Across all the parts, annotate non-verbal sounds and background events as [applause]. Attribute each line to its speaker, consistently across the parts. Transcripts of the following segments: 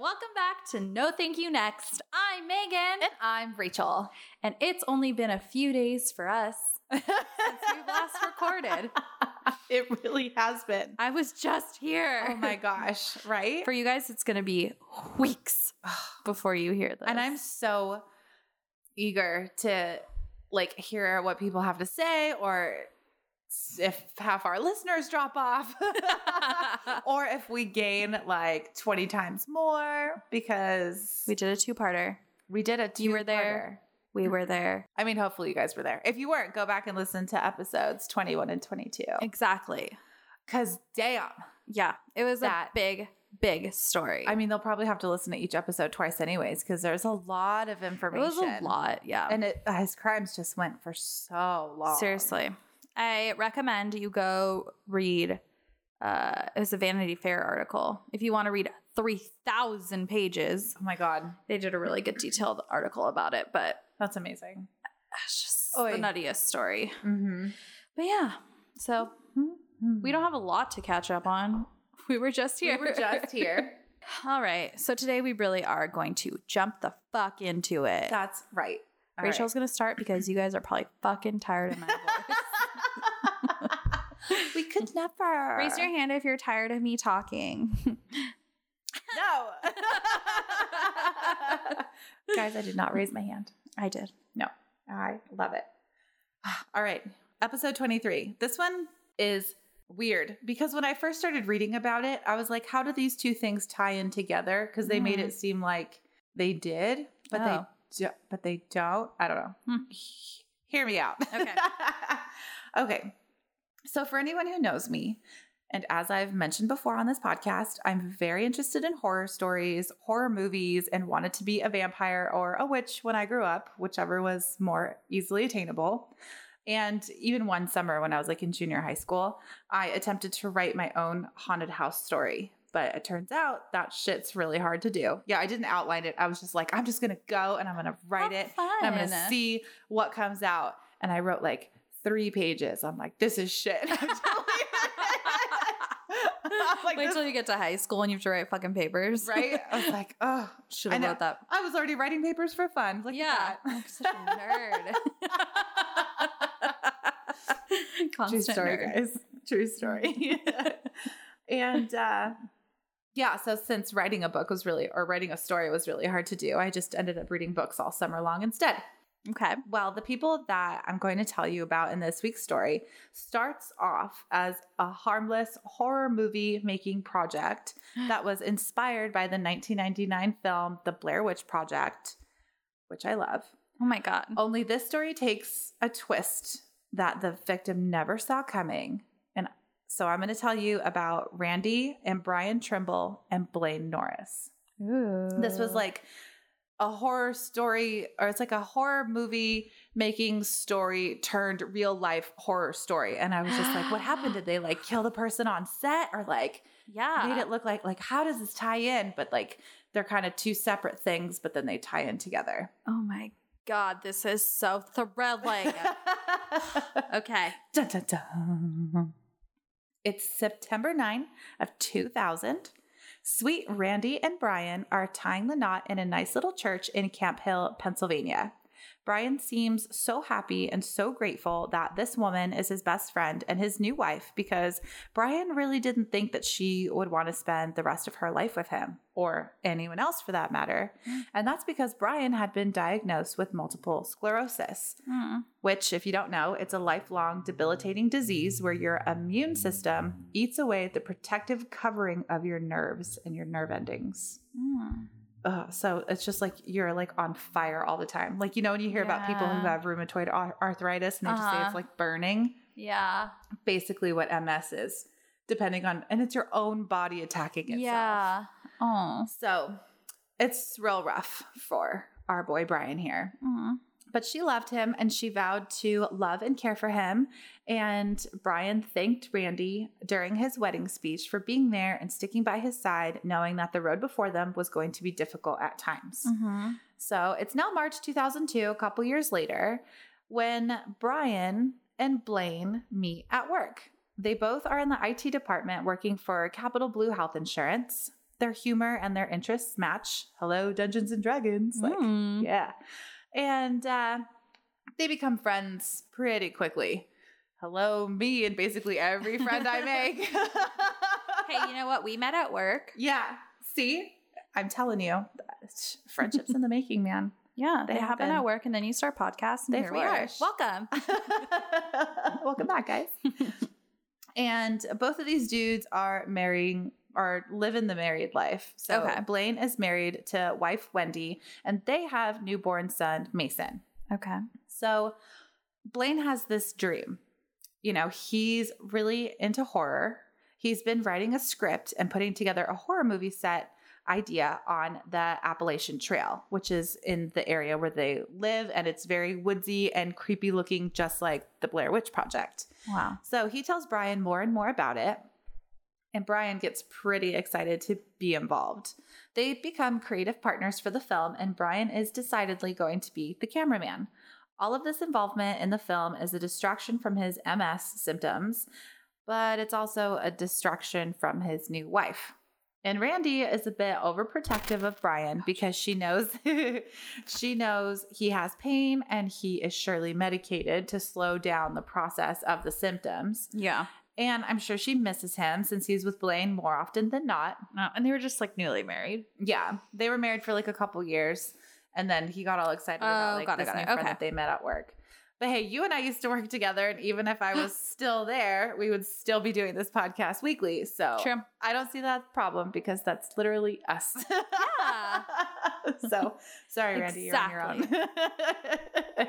Speaker 1: Welcome back to No Thank You Next. I'm Megan.
Speaker 2: And I'm Rachel.
Speaker 1: And it's only been a few days for us since we
Speaker 2: [laughs]
Speaker 1: last recorded.
Speaker 2: It really has been.
Speaker 1: I was just here.
Speaker 2: Oh my gosh, right?
Speaker 1: For you guys, it's going to be
Speaker 2: [sighs]
Speaker 1: weeks before you hear this.
Speaker 2: And I'm so eager to like hear what people have to say or if half our listeners drop off [laughs] or if we gain like 20 times more because
Speaker 1: we did a two parter.
Speaker 2: we did a two
Speaker 1: You were there.
Speaker 2: Mm-hmm.
Speaker 1: We were there.
Speaker 2: I mean, hopefully you guys were there. If you weren't, go back and listen to episodes 21 and 22.
Speaker 1: Exactly.
Speaker 2: Cuz damn.
Speaker 1: Yeah. It was
Speaker 2: That-
Speaker 1: a big, big story.
Speaker 2: I mean, they'll probably have to listen to each episode twice anyways cuz there's a lot of
Speaker 1: it
Speaker 2: information.
Speaker 1: was a lot. Yeah.
Speaker 2: And it, his crimes just went for so long.
Speaker 1: Seriously. I recommend you go read uh it was a Vanity Fair article. If you want to read 3000 pages,
Speaker 2: Oh my god.
Speaker 1: they did a really good detailed article about it, but
Speaker 2: That's amazing.
Speaker 1: it's just
Speaker 2: Oy.
Speaker 1: the nuttiest story.
Speaker 2: Mhm.
Speaker 1: But yeah. So, Mm-hmm. we don't have a lot to catch up on. [laughs] We were just here.
Speaker 2: [laughs] We were
Speaker 1: [laughs]
Speaker 2: just here.
Speaker 1: All right. So today we really are going to jump the fuck into it.
Speaker 2: That's right. All right. [laughs]
Speaker 1: Rachel's [laughs] going to start because you guys are probably fucking tired of my voice.
Speaker 2: we could never.
Speaker 1: Raise [laughs] your hand if you're tired of me talking. [laughs]
Speaker 2: No. [laughs] Guys, I did not raise my hand.
Speaker 1: I did.
Speaker 2: I love it. [sighs] All right. Episode 23. This one is weird because when I first started reading about it, I was like, how do these two things tie in together? Because they made
Speaker 1: Mhm.
Speaker 2: it seem like they did, but
Speaker 1: Oh.
Speaker 2: they do- but they don't. I don't know.
Speaker 1: Hmm.
Speaker 2: He- Hear me out.
Speaker 1: Okay.
Speaker 2: [laughs] okay. So for anyone who knows me, and as I've mentioned before on this podcast, I'm very interested in horror stories, horror movies, and wanted to be a vampire or a witch when I grew up, whichever was more easily attainable. And even one summer when I was like in junior high school, I attempted to write my own haunted house story. But it turns out that shit's really hard to do. Yeah, I didn't outline it. I was just like, I'm just gonna go and I'm gonna write
Speaker 1: Have
Speaker 2: it and I'm gonna
Speaker 1: fun.
Speaker 2: see what comes out. And I wrote like three pages. I'm like, this is shit. [laughs] I'm deleting it. [laughs] I'm like,
Speaker 1: Wait
Speaker 2: this-
Speaker 1: till you get to high school and you have to write fucking papers. [laughs]
Speaker 2: right? I was like, oh,
Speaker 1: Should
Speaker 2: I
Speaker 1: have
Speaker 2: know.
Speaker 1: wrote that.
Speaker 2: I was already writing papers for fun. Look
Speaker 1: yeah.
Speaker 2: at
Speaker 1: I'm such
Speaker 2: [laughs]
Speaker 1: a nerd.
Speaker 2: that. [laughs] True
Speaker 1: [laughs] Constant
Speaker 2: story,
Speaker 1: nerd.
Speaker 2: guys. True story. [laughs] and uh, yeah, so since writing a book was really, or writing a story was really hard to do, I just ended up reading books all summer long instead.
Speaker 1: Okay.
Speaker 2: Well, the people that I'm going to tell you about in this week's story starts off as a harmless horror movie making project that was inspired by the 1999 film The Blair Witch Project, which I love.
Speaker 1: Oh my god.
Speaker 2: Only this story takes a twist that the victim never saw coming. And so I'm going to tell you about Randy and Brian Trimble and Blaine Norris. This
Speaker 1: Uh.
Speaker 2: was like a horror story, or it's like a horror movie making story turned real life horror story. And I was just like, what happened? Did they like kill the person on set or like
Speaker 1: yeah.
Speaker 2: made it look like, like, how does this tie in? But like, they're kind of two separate things, but then they tie in together.
Speaker 1: oh my god. This is so
Speaker 2: [laughs]
Speaker 1: thrilling. okay.
Speaker 2: Dun, dun, dun. It's September 9 of 2000. Sweet Randy and Brian are tying the knot in a nice little church in Camp Hill, Pennsylvania. Brian seems so happy and so grateful that this woman is his best friend and his new wife because Brian really didn't think that she would want to spend the rest of her life with him or anyone else for that matter. And that's because Brian had been diagnosed with multiple sclerosis
Speaker 1: Mm.
Speaker 2: which, if you don't know, it's a lifelong debilitating disease where your immune system eats away the protective covering of your nerves and your nerve endings.
Speaker 1: Mm.
Speaker 2: Ugh, so it's just like you're like on fire all the time. Like, you know, when you hear about people who
Speaker 1: Yeah.
Speaker 2: have rheumatoid ar- arthritis and they just say
Speaker 1: Uh-huh.
Speaker 2: it's like burning,
Speaker 1: Yeah.
Speaker 2: basically what MS is, depending on, and it's your own body attacking itself.
Speaker 1: Yeah. Oh.
Speaker 2: So it's real rough for our boy Brian here.
Speaker 1: Mm.
Speaker 2: But she loved him and she vowed to love and care for him. And Brian thanked Randy during his wedding speech for being there and sticking by his side, knowing that the road before them was going to be difficult at times.
Speaker 1: hmm
Speaker 2: So it's now March 2002, a couple years later, when Brian and Blaine meet at work. They both are in the IT department working for Capital Blue Health Insurance. Their humor and their interests match. Hello, Dungeons and Dragons. Like,
Speaker 1: Mm.
Speaker 2: yeah. And uh, they become friends pretty quickly. Hello, me, and basically every friend I make.
Speaker 1: [laughs] Hey, you know what? We met at work.
Speaker 2: yeah. See, I'm telling you, friendships in the making, man.
Speaker 1: [laughs] Yeah,
Speaker 2: They
Speaker 1: they, happen
Speaker 2: happen.
Speaker 1: at work, and then you start podcasts, and
Speaker 2: They
Speaker 1: here we are.
Speaker 2: flourish.
Speaker 1: Welcome.
Speaker 2: [laughs] Welcome back,
Speaker 1: [laughs]
Speaker 2: guys. and both of these dudes are marrying are living the married life. So
Speaker 1: Okay.
Speaker 2: Blaine is married to wife Wendy, and they have newborn son Mason.
Speaker 1: Okay.
Speaker 2: So Blaine has this dream. You know, he's really into horror. He's been writing a script and putting together a horror movie set idea on the Appalachian Trail, which is in the area where they live. And it's very woodsy and creepy looking, just like the Blair Witch Project.
Speaker 1: Wow.
Speaker 2: So he tells Brian more and more about it. And Brian gets pretty excited to be involved. They become creative partners for the film, and Brian is decidedly going to be the cameraman. All of this involvement in the film is a distraction from his MS symptoms, but it's also a distraction from his new wife. And Randy is a bit overprotective of Brian because she knows [laughs] she knows he has pain and he is surely medicated to slow down the process of the symptoms.
Speaker 1: Yeah.
Speaker 2: And I'm sure she misses him since he's with Blaine more often than not.
Speaker 1: No, Uh, and they were just like newly married.
Speaker 2: Yeah, they were married for like a couple years, and then he got all excited
Speaker 1: Oh,
Speaker 2: about like
Speaker 1: got it,
Speaker 2: this
Speaker 1: got
Speaker 2: new
Speaker 1: it.
Speaker 2: friend
Speaker 1: Okay.
Speaker 2: that they met at work. But hey, you and I used to work together, and even if I
Speaker 1: [gasps]
Speaker 2: was still there, we would still be doing this podcast weekly. So
Speaker 1: True.
Speaker 2: I don't see that problem because that's literally us.
Speaker 1: Yeah.
Speaker 2: [laughs] so sorry, Randy, you're on your own. [laughs]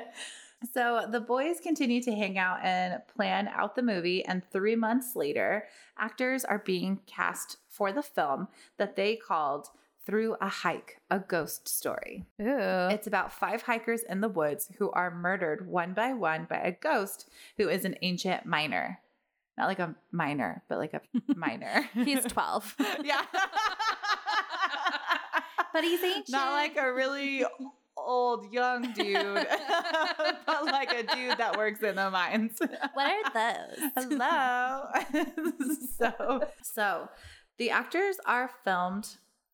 Speaker 2: so the boys continue to hang out and plan out the movie, and three months later, actors are being cast for the film that they called Through a Hike, a Ghost Story.
Speaker 1: Ooh.
Speaker 2: It's about five hikers in the woods who are murdered one by one by a ghost who is an ancient miner. Not like a miner, but
Speaker 1: [laughs]
Speaker 2: like a miner.
Speaker 1: He's 12.
Speaker 2: [laughs] yeah.
Speaker 1: But he's
Speaker 2: [laughs]
Speaker 1: ancient.
Speaker 2: Not like a really old young dude, [laughs] but like a dude that works in the mines. [laughs]
Speaker 1: What [laughs] are those?
Speaker 2: Hello. [laughs] so, so the actors are filmed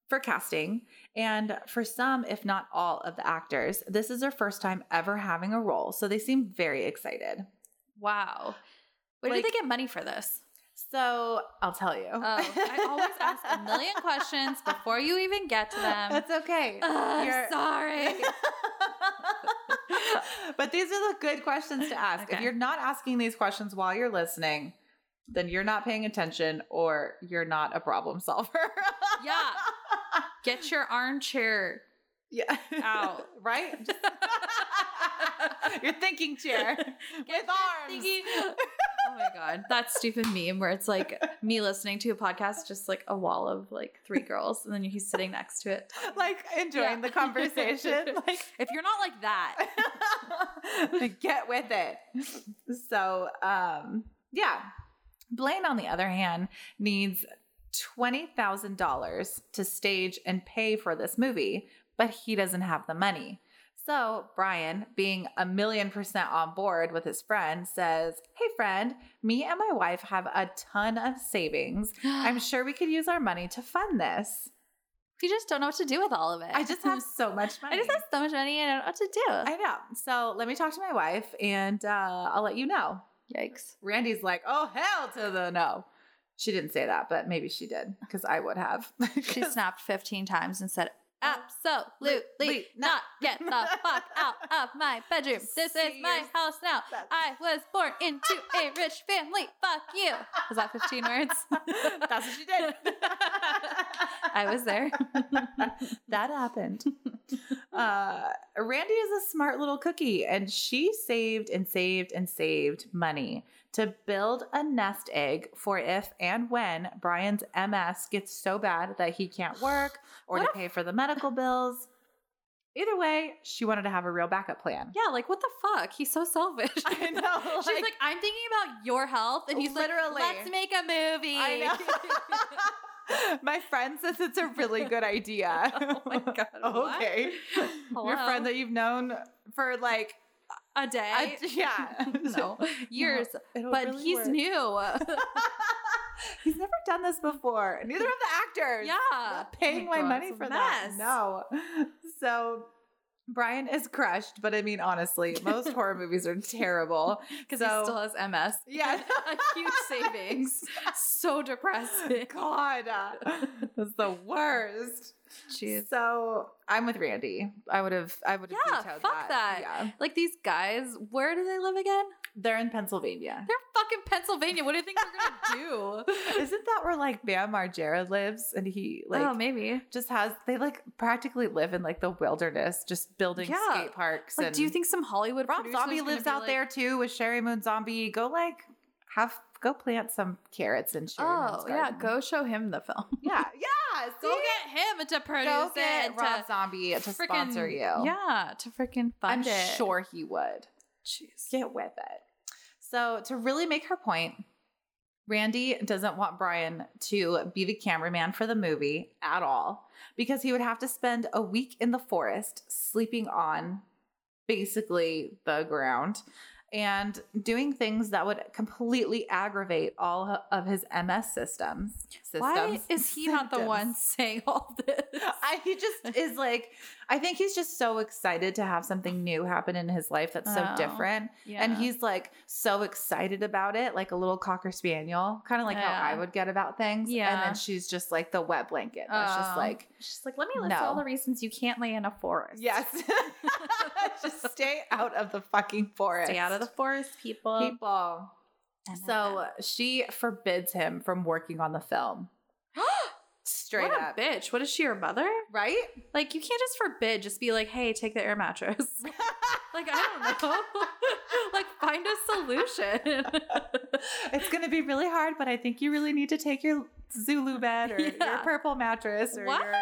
Speaker 2: for casting, and for some, if not all, of the actors, this is their first time ever having a role, so they seem very excited.
Speaker 1: Wow. Where
Speaker 2: Like-
Speaker 1: did they get money for this?
Speaker 2: So I'll tell you.
Speaker 1: Oh, I always ask a million questions before you even get to
Speaker 2: [laughs]
Speaker 1: them.
Speaker 2: That's okay.
Speaker 1: [laughs] Ugh,
Speaker 2: You're-
Speaker 1: [laughs] sorry.
Speaker 2: [laughs] but these are the good questions to ask. If
Speaker 1: Okay.
Speaker 2: you're not asking these questions while you're listening, then you're not paying attention or you're not a problem solver. [laughs]
Speaker 1: yeah. Get your armchair.
Speaker 2: Yeah.
Speaker 1: Out.
Speaker 2: [laughs] right?
Speaker 1: [laughs]
Speaker 2: Your thinking chair with arms.
Speaker 1: Thinking- oh my god, that stupid meme where it's like me listening to a podcast, just like a wall of like three girls, and then he's sitting next to it.
Speaker 2: Like enjoying
Speaker 1: Yeah.
Speaker 2: the conversation.
Speaker 1: [laughs]
Speaker 2: like
Speaker 1: If you're not like
Speaker 2: [laughs]
Speaker 1: that,
Speaker 2: get with it. So, um, yeah. Blaine, on the other hand, needs $20,000 to stage and pay for this movie, but he doesn't have the money. So, Brian, being a million percent on board with his friend, says, Hey, friend, me and my wife have a ton of savings.
Speaker 1: [sighs]
Speaker 2: I'm sure we could use our money to fund this.
Speaker 1: you just don't know what to do with all of it.
Speaker 2: I just have so much money.
Speaker 1: I just have so much money, I don't know what to do.
Speaker 2: I know. So let me talk to my wife and uh, I'll let you know.
Speaker 1: Yikes.
Speaker 2: Randy's like, oh, hell to the no. She didn't say that, but maybe she did because I would have. [laughs]
Speaker 1: She snapped 15 times and said, Absolutely
Speaker 2: Absolutely
Speaker 1: not. Get the [laughs] fuck out of my bedroom. This is
Speaker 2: See
Speaker 1: my
Speaker 2: your-
Speaker 1: house now. I was born into [laughs] a rich family. Fuck you. Was that [laughs] 15 words?
Speaker 2: [laughs] That's what she did.
Speaker 1: [laughs] I was there.
Speaker 2: [laughs] that happened. Uh, Randy is a smart little cookie, and she saved and saved and saved money to build a nest egg for if and when Brian's MS gets so bad that he can't work or to
Speaker 1: What
Speaker 2: pay for the medical bills. Either way, she wanted to have a real backup
Speaker 1: [laughs]
Speaker 2: plan.
Speaker 1: Yeah, like what the fuck? He's so selfish. [laughs]
Speaker 2: I know.
Speaker 1: She's like, I'm thinking about your health. And he's
Speaker 2: Literally.
Speaker 1: like, let's make a movie.
Speaker 2: I know. my friend says it's a really good idea.
Speaker 1: [laughs] Oh my God,
Speaker 2: [laughs]
Speaker 1: what?
Speaker 2: okay. Your
Speaker 1: [laughs] Hello?
Speaker 2: friend that you've known for like
Speaker 1: a day.
Speaker 2: a, yeah.
Speaker 1: [laughs] no, years.
Speaker 2: It'll
Speaker 1: but
Speaker 2: really
Speaker 1: he's [laughs]
Speaker 2: work.
Speaker 1: new.
Speaker 2: He's never done this before. Neither have the actors.
Speaker 1: Yeah. Oh
Speaker 2: I'm not paying my, money for that. No. So Brian is crushed, but I mean, honestly, most horror
Speaker 1: [laughs]
Speaker 2: movies are terrible.
Speaker 1: Because
Speaker 2: So-
Speaker 1: he still has MS.
Speaker 2: [laughs] Yeah.
Speaker 1: [laughs] a huge
Speaker 2: [laughs]
Speaker 1: savings. So depressing.
Speaker 2: God, uh, that's the worst.
Speaker 1: Jeez.
Speaker 2: So I'm with Randy. I would have, I would have
Speaker 1: Yeah,
Speaker 2: vetoed
Speaker 1: fuck that.
Speaker 2: Yeah.
Speaker 1: Like these guys, where do they live again?
Speaker 2: They're in
Speaker 1: [laughs]
Speaker 2: Pennsylvania.
Speaker 1: They're fucking Pennsylvania. What do you think we're gonna do?
Speaker 2: Isn't that where like Bam Margera lives? And he [laughs] like
Speaker 1: oh, maybe.
Speaker 2: just has they like practically live in like the wilderness, just building
Speaker 1: Yeah.
Speaker 2: skate parks.
Speaker 1: Like,
Speaker 2: and
Speaker 1: do you think some Hollywood
Speaker 2: Rob
Speaker 1: producer's
Speaker 2: Zombie
Speaker 1: gonna
Speaker 2: lives
Speaker 1: be
Speaker 2: out
Speaker 1: like, "Oh,
Speaker 2: there too with Sherry Moon Zombie? Go like have go plant some carrots and Sherry
Speaker 1: Oh
Speaker 2: Moon's
Speaker 1: yeah,
Speaker 2: garden.
Speaker 1: go show him the film.
Speaker 2: [laughs] yeah yeah.
Speaker 1: [laughs] Go get him to produce
Speaker 2: go
Speaker 1: it.
Speaker 2: get
Speaker 1: and
Speaker 2: Rob
Speaker 1: to
Speaker 2: Zombie to
Speaker 1: frickin-
Speaker 2: sponsor you.
Speaker 1: Yeah, to freaking
Speaker 2: I'm
Speaker 1: fund it.
Speaker 2: sure he would.
Speaker 1: Jeez.
Speaker 2: Get with it. So to really make her point. Randy doesn't want Brian to be the cameraman for the movie at all because he would have to spend a week in the forest sleeping on basically the ground and doing things that would completely aggravate all of his MS systems. systems
Speaker 1: Why is he not the
Speaker 2: Symptoms.
Speaker 1: one [laughs] saying all this?
Speaker 2: [laughs] I, he
Speaker 1: [laughs]
Speaker 2: just is like, I think he's just so excited to have something new happen in his life that's so
Speaker 1: Oh,
Speaker 2: different.
Speaker 1: yeah.
Speaker 2: And he's like so excited about it, like a little cocker spaniel, kind of like how
Speaker 1: Yeah.
Speaker 2: I would get about things. And
Speaker 1: Yeah.
Speaker 2: then she's just like the wet blanket. That's just
Speaker 1: Oh.
Speaker 2: like,
Speaker 1: she's like, let me
Speaker 2: No.
Speaker 1: reasons you can't lay in a forest.
Speaker 2: yes, [laughs] just stay out of the fucking forest.
Speaker 1: Stay out of the forest, people.
Speaker 2: people.
Speaker 1: And
Speaker 2: So she forbids him from working on the film.
Speaker 1: then-
Speaker 2: Straight
Speaker 1: [gasps] what
Speaker 2: up.
Speaker 1: a bitch. What is she, her mother?
Speaker 2: Right?
Speaker 1: Like, you can't just forbid, just be like, hey, take the air mattress.
Speaker 2: [laughs]
Speaker 1: like, I don't know. [laughs] like, find a solution.
Speaker 2: It's going to be really hard, but I think you really need to take your Zulu bed or your
Speaker 1: Yeah.
Speaker 2: purple mattress or
Speaker 1: What?
Speaker 2: your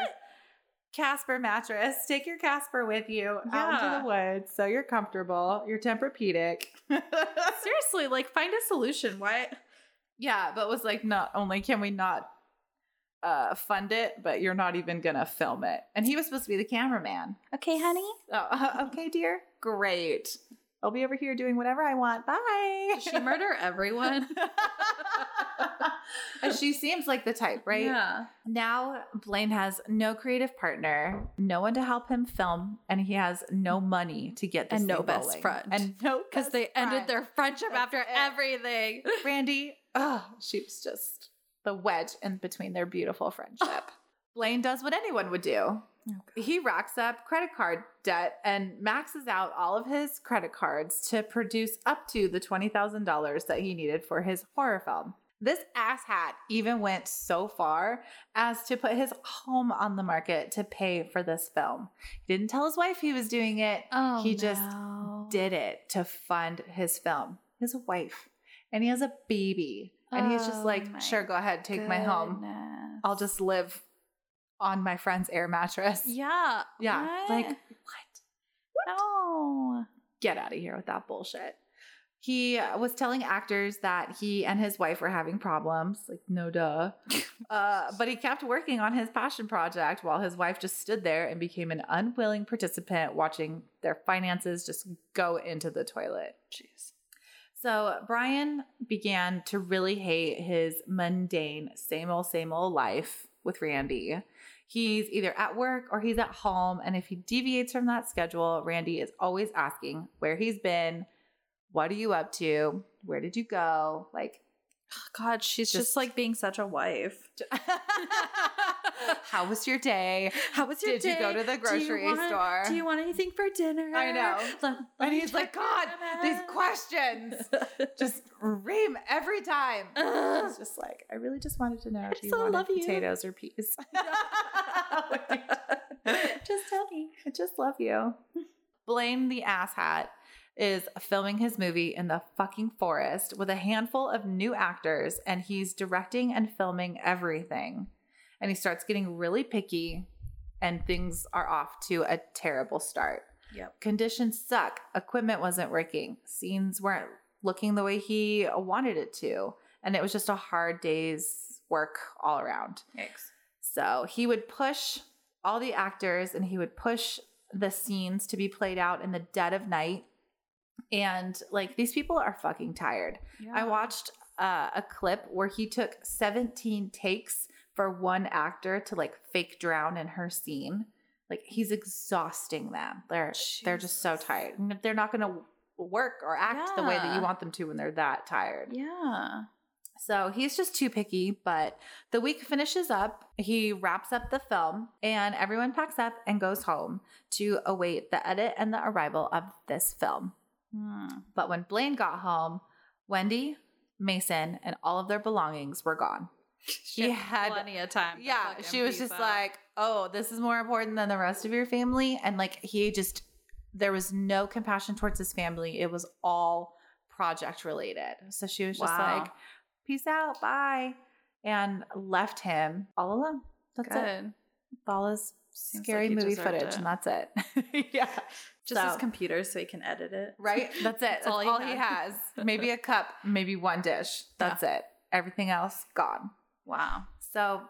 Speaker 2: Casper mattress. Take your Casper with you out into
Speaker 1: Yeah.
Speaker 2: the woods so you're comfortable. You're Tempur-Pedic. [laughs]
Speaker 1: Seriously, like, find a solution. Why?
Speaker 2: yeah, but was like, not only can we not uh, fund it, but you're not even going to film it. And he was supposed to be the cameraman.
Speaker 1: Okay, honey.
Speaker 2: Oh, [laughs] okay, dear. Great. I'll be over here doing whatever I want. Bye.
Speaker 1: Does she murder
Speaker 2: [laughs]
Speaker 1: everyone?
Speaker 2: And she seems like the type, right?
Speaker 1: Yeah.
Speaker 2: Now, Blaine has no creative partner, no one to help him film, and he has no money to get this
Speaker 1: Mm. And no
Speaker 2: thing
Speaker 1: best
Speaker 2: rolling.
Speaker 1: friend.
Speaker 2: And no,
Speaker 1: [laughs] Because
Speaker 2: best
Speaker 1: they ended
Speaker 2: friend.
Speaker 1: their friendship
Speaker 2: That's
Speaker 1: after
Speaker 2: it.
Speaker 1: everything.
Speaker 2: Randy, oh, she was just the wedge in between their beautiful friendship. Blaine does what anyone would do. He racks up credit card debt and maxes out all of his credit cards to produce up to the $20,000 that he needed for his horror film. This asshat even went so far as to put his home on the market to pay for this film. He didn't tell his wife he was doing it,
Speaker 1: Oh,
Speaker 2: He just
Speaker 1: no.
Speaker 2: did it to fund his film. He has a wife and he has a baby. And he's just
Speaker 1: Oh my
Speaker 2: like, sure, go ahead, take my home.
Speaker 1: Goodness.
Speaker 2: I'll just live on my friend's air mattress.
Speaker 1: Yeah.
Speaker 2: Yeah.
Speaker 1: What?
Speaker 2: Like, Oh, what?
Speaker 1: no.
Speaker 2: Get out of here with that bullshit. He uh, was telling actors that he and his wife were having problems. Like, no duh. Uh, but he kept working on his passion project while his wife just stood there and became an unwilling participant watching their finances just go into the toilet.
Speaker 1: Jeez.
Speaker 2: So Brian began to really hate his mundane, same old, same old life with Randy. He's either at work or he's at home. And if he deviates from that schedule, Randy is always asking where he's been, what are you up to, where did you go? Like,
Speaker 1: God, she's just,
Speaker 2: Just-
Speaker 1: like being such a wife.
Speaker 2: [laughs] how was your day?
Speaker 1: How was your
Speaker 2: Did you go
Speaker 1: day?
Speaker 2: to the
Speaker 1: Do you
Speaker 2: grocery
Speaker 1: want-
Speaker 2: store?
Speaker 1: Do you want anything for dinner?
Speaker 2: I know.
Speaker 1: Let- let
Speaker 2: And
Speaker 1: me
Speaker 2: he's like,
Speaker 1: check
Speaker 2: God,
Speaker 1: your
Speaker 2: these
Speaker 1: email." [laughs]
Speaker 2: questions just ream every time. It's just like, I really just wanted to know if you
Speaker 1: so
Speaker 2: wanted
Speaker 1: love you. Oh
Speaker 2: potatoes or
Speaker 1: [laughs]
Speaker 2: peas.
Speaker 1: [laughs]
Speaker 2: [laughs]
Speaker 1: just tell me.
Speaker 2: I just love you. Blaine the asshat is filming his movie in the fucking forest with a handful of new actors, and he's directing and filming everything. And he starts getting really picky, and things are off to a terrible start.
Speaker 1: Yep.
Speaker 2: Conditions suck. Equipment wasn't working. Scenes weren't looking the way he wanted it to. And it was just a hard day's work all around.
Speaker 1: Yikes.
Speaker 2: So he would push all the actors and he would push the scenes to be played out in the dead of night. And like these people are fucking tired. I watched uh, a clip where he took 17 takes for one actor to like fake drown in her scene. Like he's exhausting them. They're they're just so
Speaker 1: Jesus.
Speaker 2: tired. And They're not going to work or act the way that
Speaker 1: Yeah.
Speaker 2: you want them to when they're that tired.
Speaker 1: Yeah.
Speaker 2: So he's just too picky, but the week finishes up. He wraps up the film, and everyone packs up and goes home to await the edit and the arrival of this film. [laughs]
Speaker 1: Hmm.
Speaker 2: But when Blaine got home, Wendy, Mason, and all of their belongings were gone.
Speaker 1: She
Speaker 2: had-
Speaker 1: plenty of time. to
Speaker 2: Yeah,
Speaker 1: fucking
Speaker 2: she was
Speaker 1: peace
Speaker 2: just
Speaker 1: out.
Speaker 2: like, oh, this is more important than the rest of your family. And like, he just, there was no compassion towards his family. It was all project related. So she was just
Speaker 1: Wow.
Speaker 2: like, peace out, bye. And left him all alone. That's it.
Speaker 1: good.
Speaker 2: Bella's
Speaker 1: Seems
Speaker 2: scary
Speaker 1: like he
Speaker 2: movie
Speaker 1: deserved
Speaker 2: footage,
Speaker 1: it.
Speaker 2: and that's it. [laughs] yeah.
Speaker 1: Just
Speaker 2: So-
Speaker 1: his computer so he can edit it. [laughs]
Speaker 2: Right? That's it. That's, all,
Speaker 1: all he
Speaker 2: he,
Speaker 1: had. [laughs]
Speaker 2: has. Maybe a cup, maybe one dish. That's it. Everything else gone.
Speaker 1: Wow.
Speaker 2: So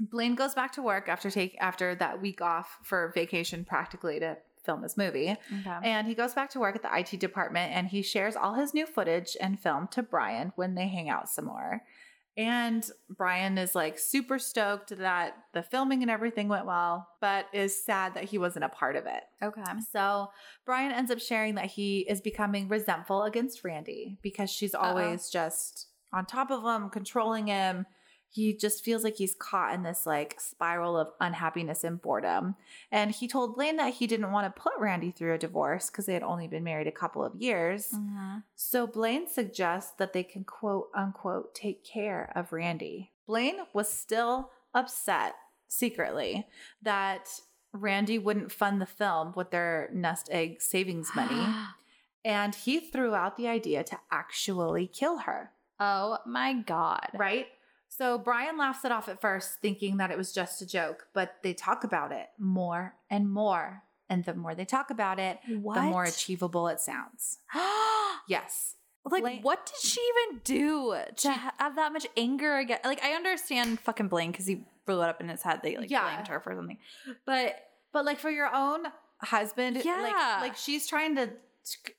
Speaker 2: Blaine goes back to work after take after that week off for vacation practically to film his movie.
Speaker 1: Okay.
Speaker 2: And he goes back to work at the IT department and he shares all his new footage and film to Brian when they hang out some more. And Brian is like super stoked that the filming and everything went well, but is sad that he wasn't a part of it.
Speaker 1: Okay.
Speaker 2: So Brian ends up sharing that he is becoming resentful against Randy because she's always just on top of him, controlling him. He just feels like he's caught in this like spiral of unhappiness and boredom. And he told Blaine that he didn't want to put Randy through a divorce because they had only been married a couple of years.
Speaker 1: Mhm.
Speaker 2: So Blaine suggests that they can quote unquote take care of Randy. Blaine was still upset secretly that Randy wouldn't fund the film with their nest egg savings
Speaker 1: [gasps]
Speaker 2: money. and he threw out the idea to actually kill her,
Speaker 1: oh my god.
Speaker 2: right? So Brian laughs it off at first, thinking that it was just a joke, but they talk about it more and more. And the more they talk about it,
Speaker 1: What?
Speaker 2: the more achievable it sounds. [gasps] Yes.
Speaker 1: like
Speaker 2: Blaine-
Speaker 1: what did she even do to ha- have that much anger again? Like I understand fucking Blaine because he blew it up in his head. They like
Speaker 2: Yeah.
Speaker 1: blamed her for something, but
Speaker 2: But like for your own husband,
Speaker 1: Yeah.
Speaker 2: like, like she's trying to.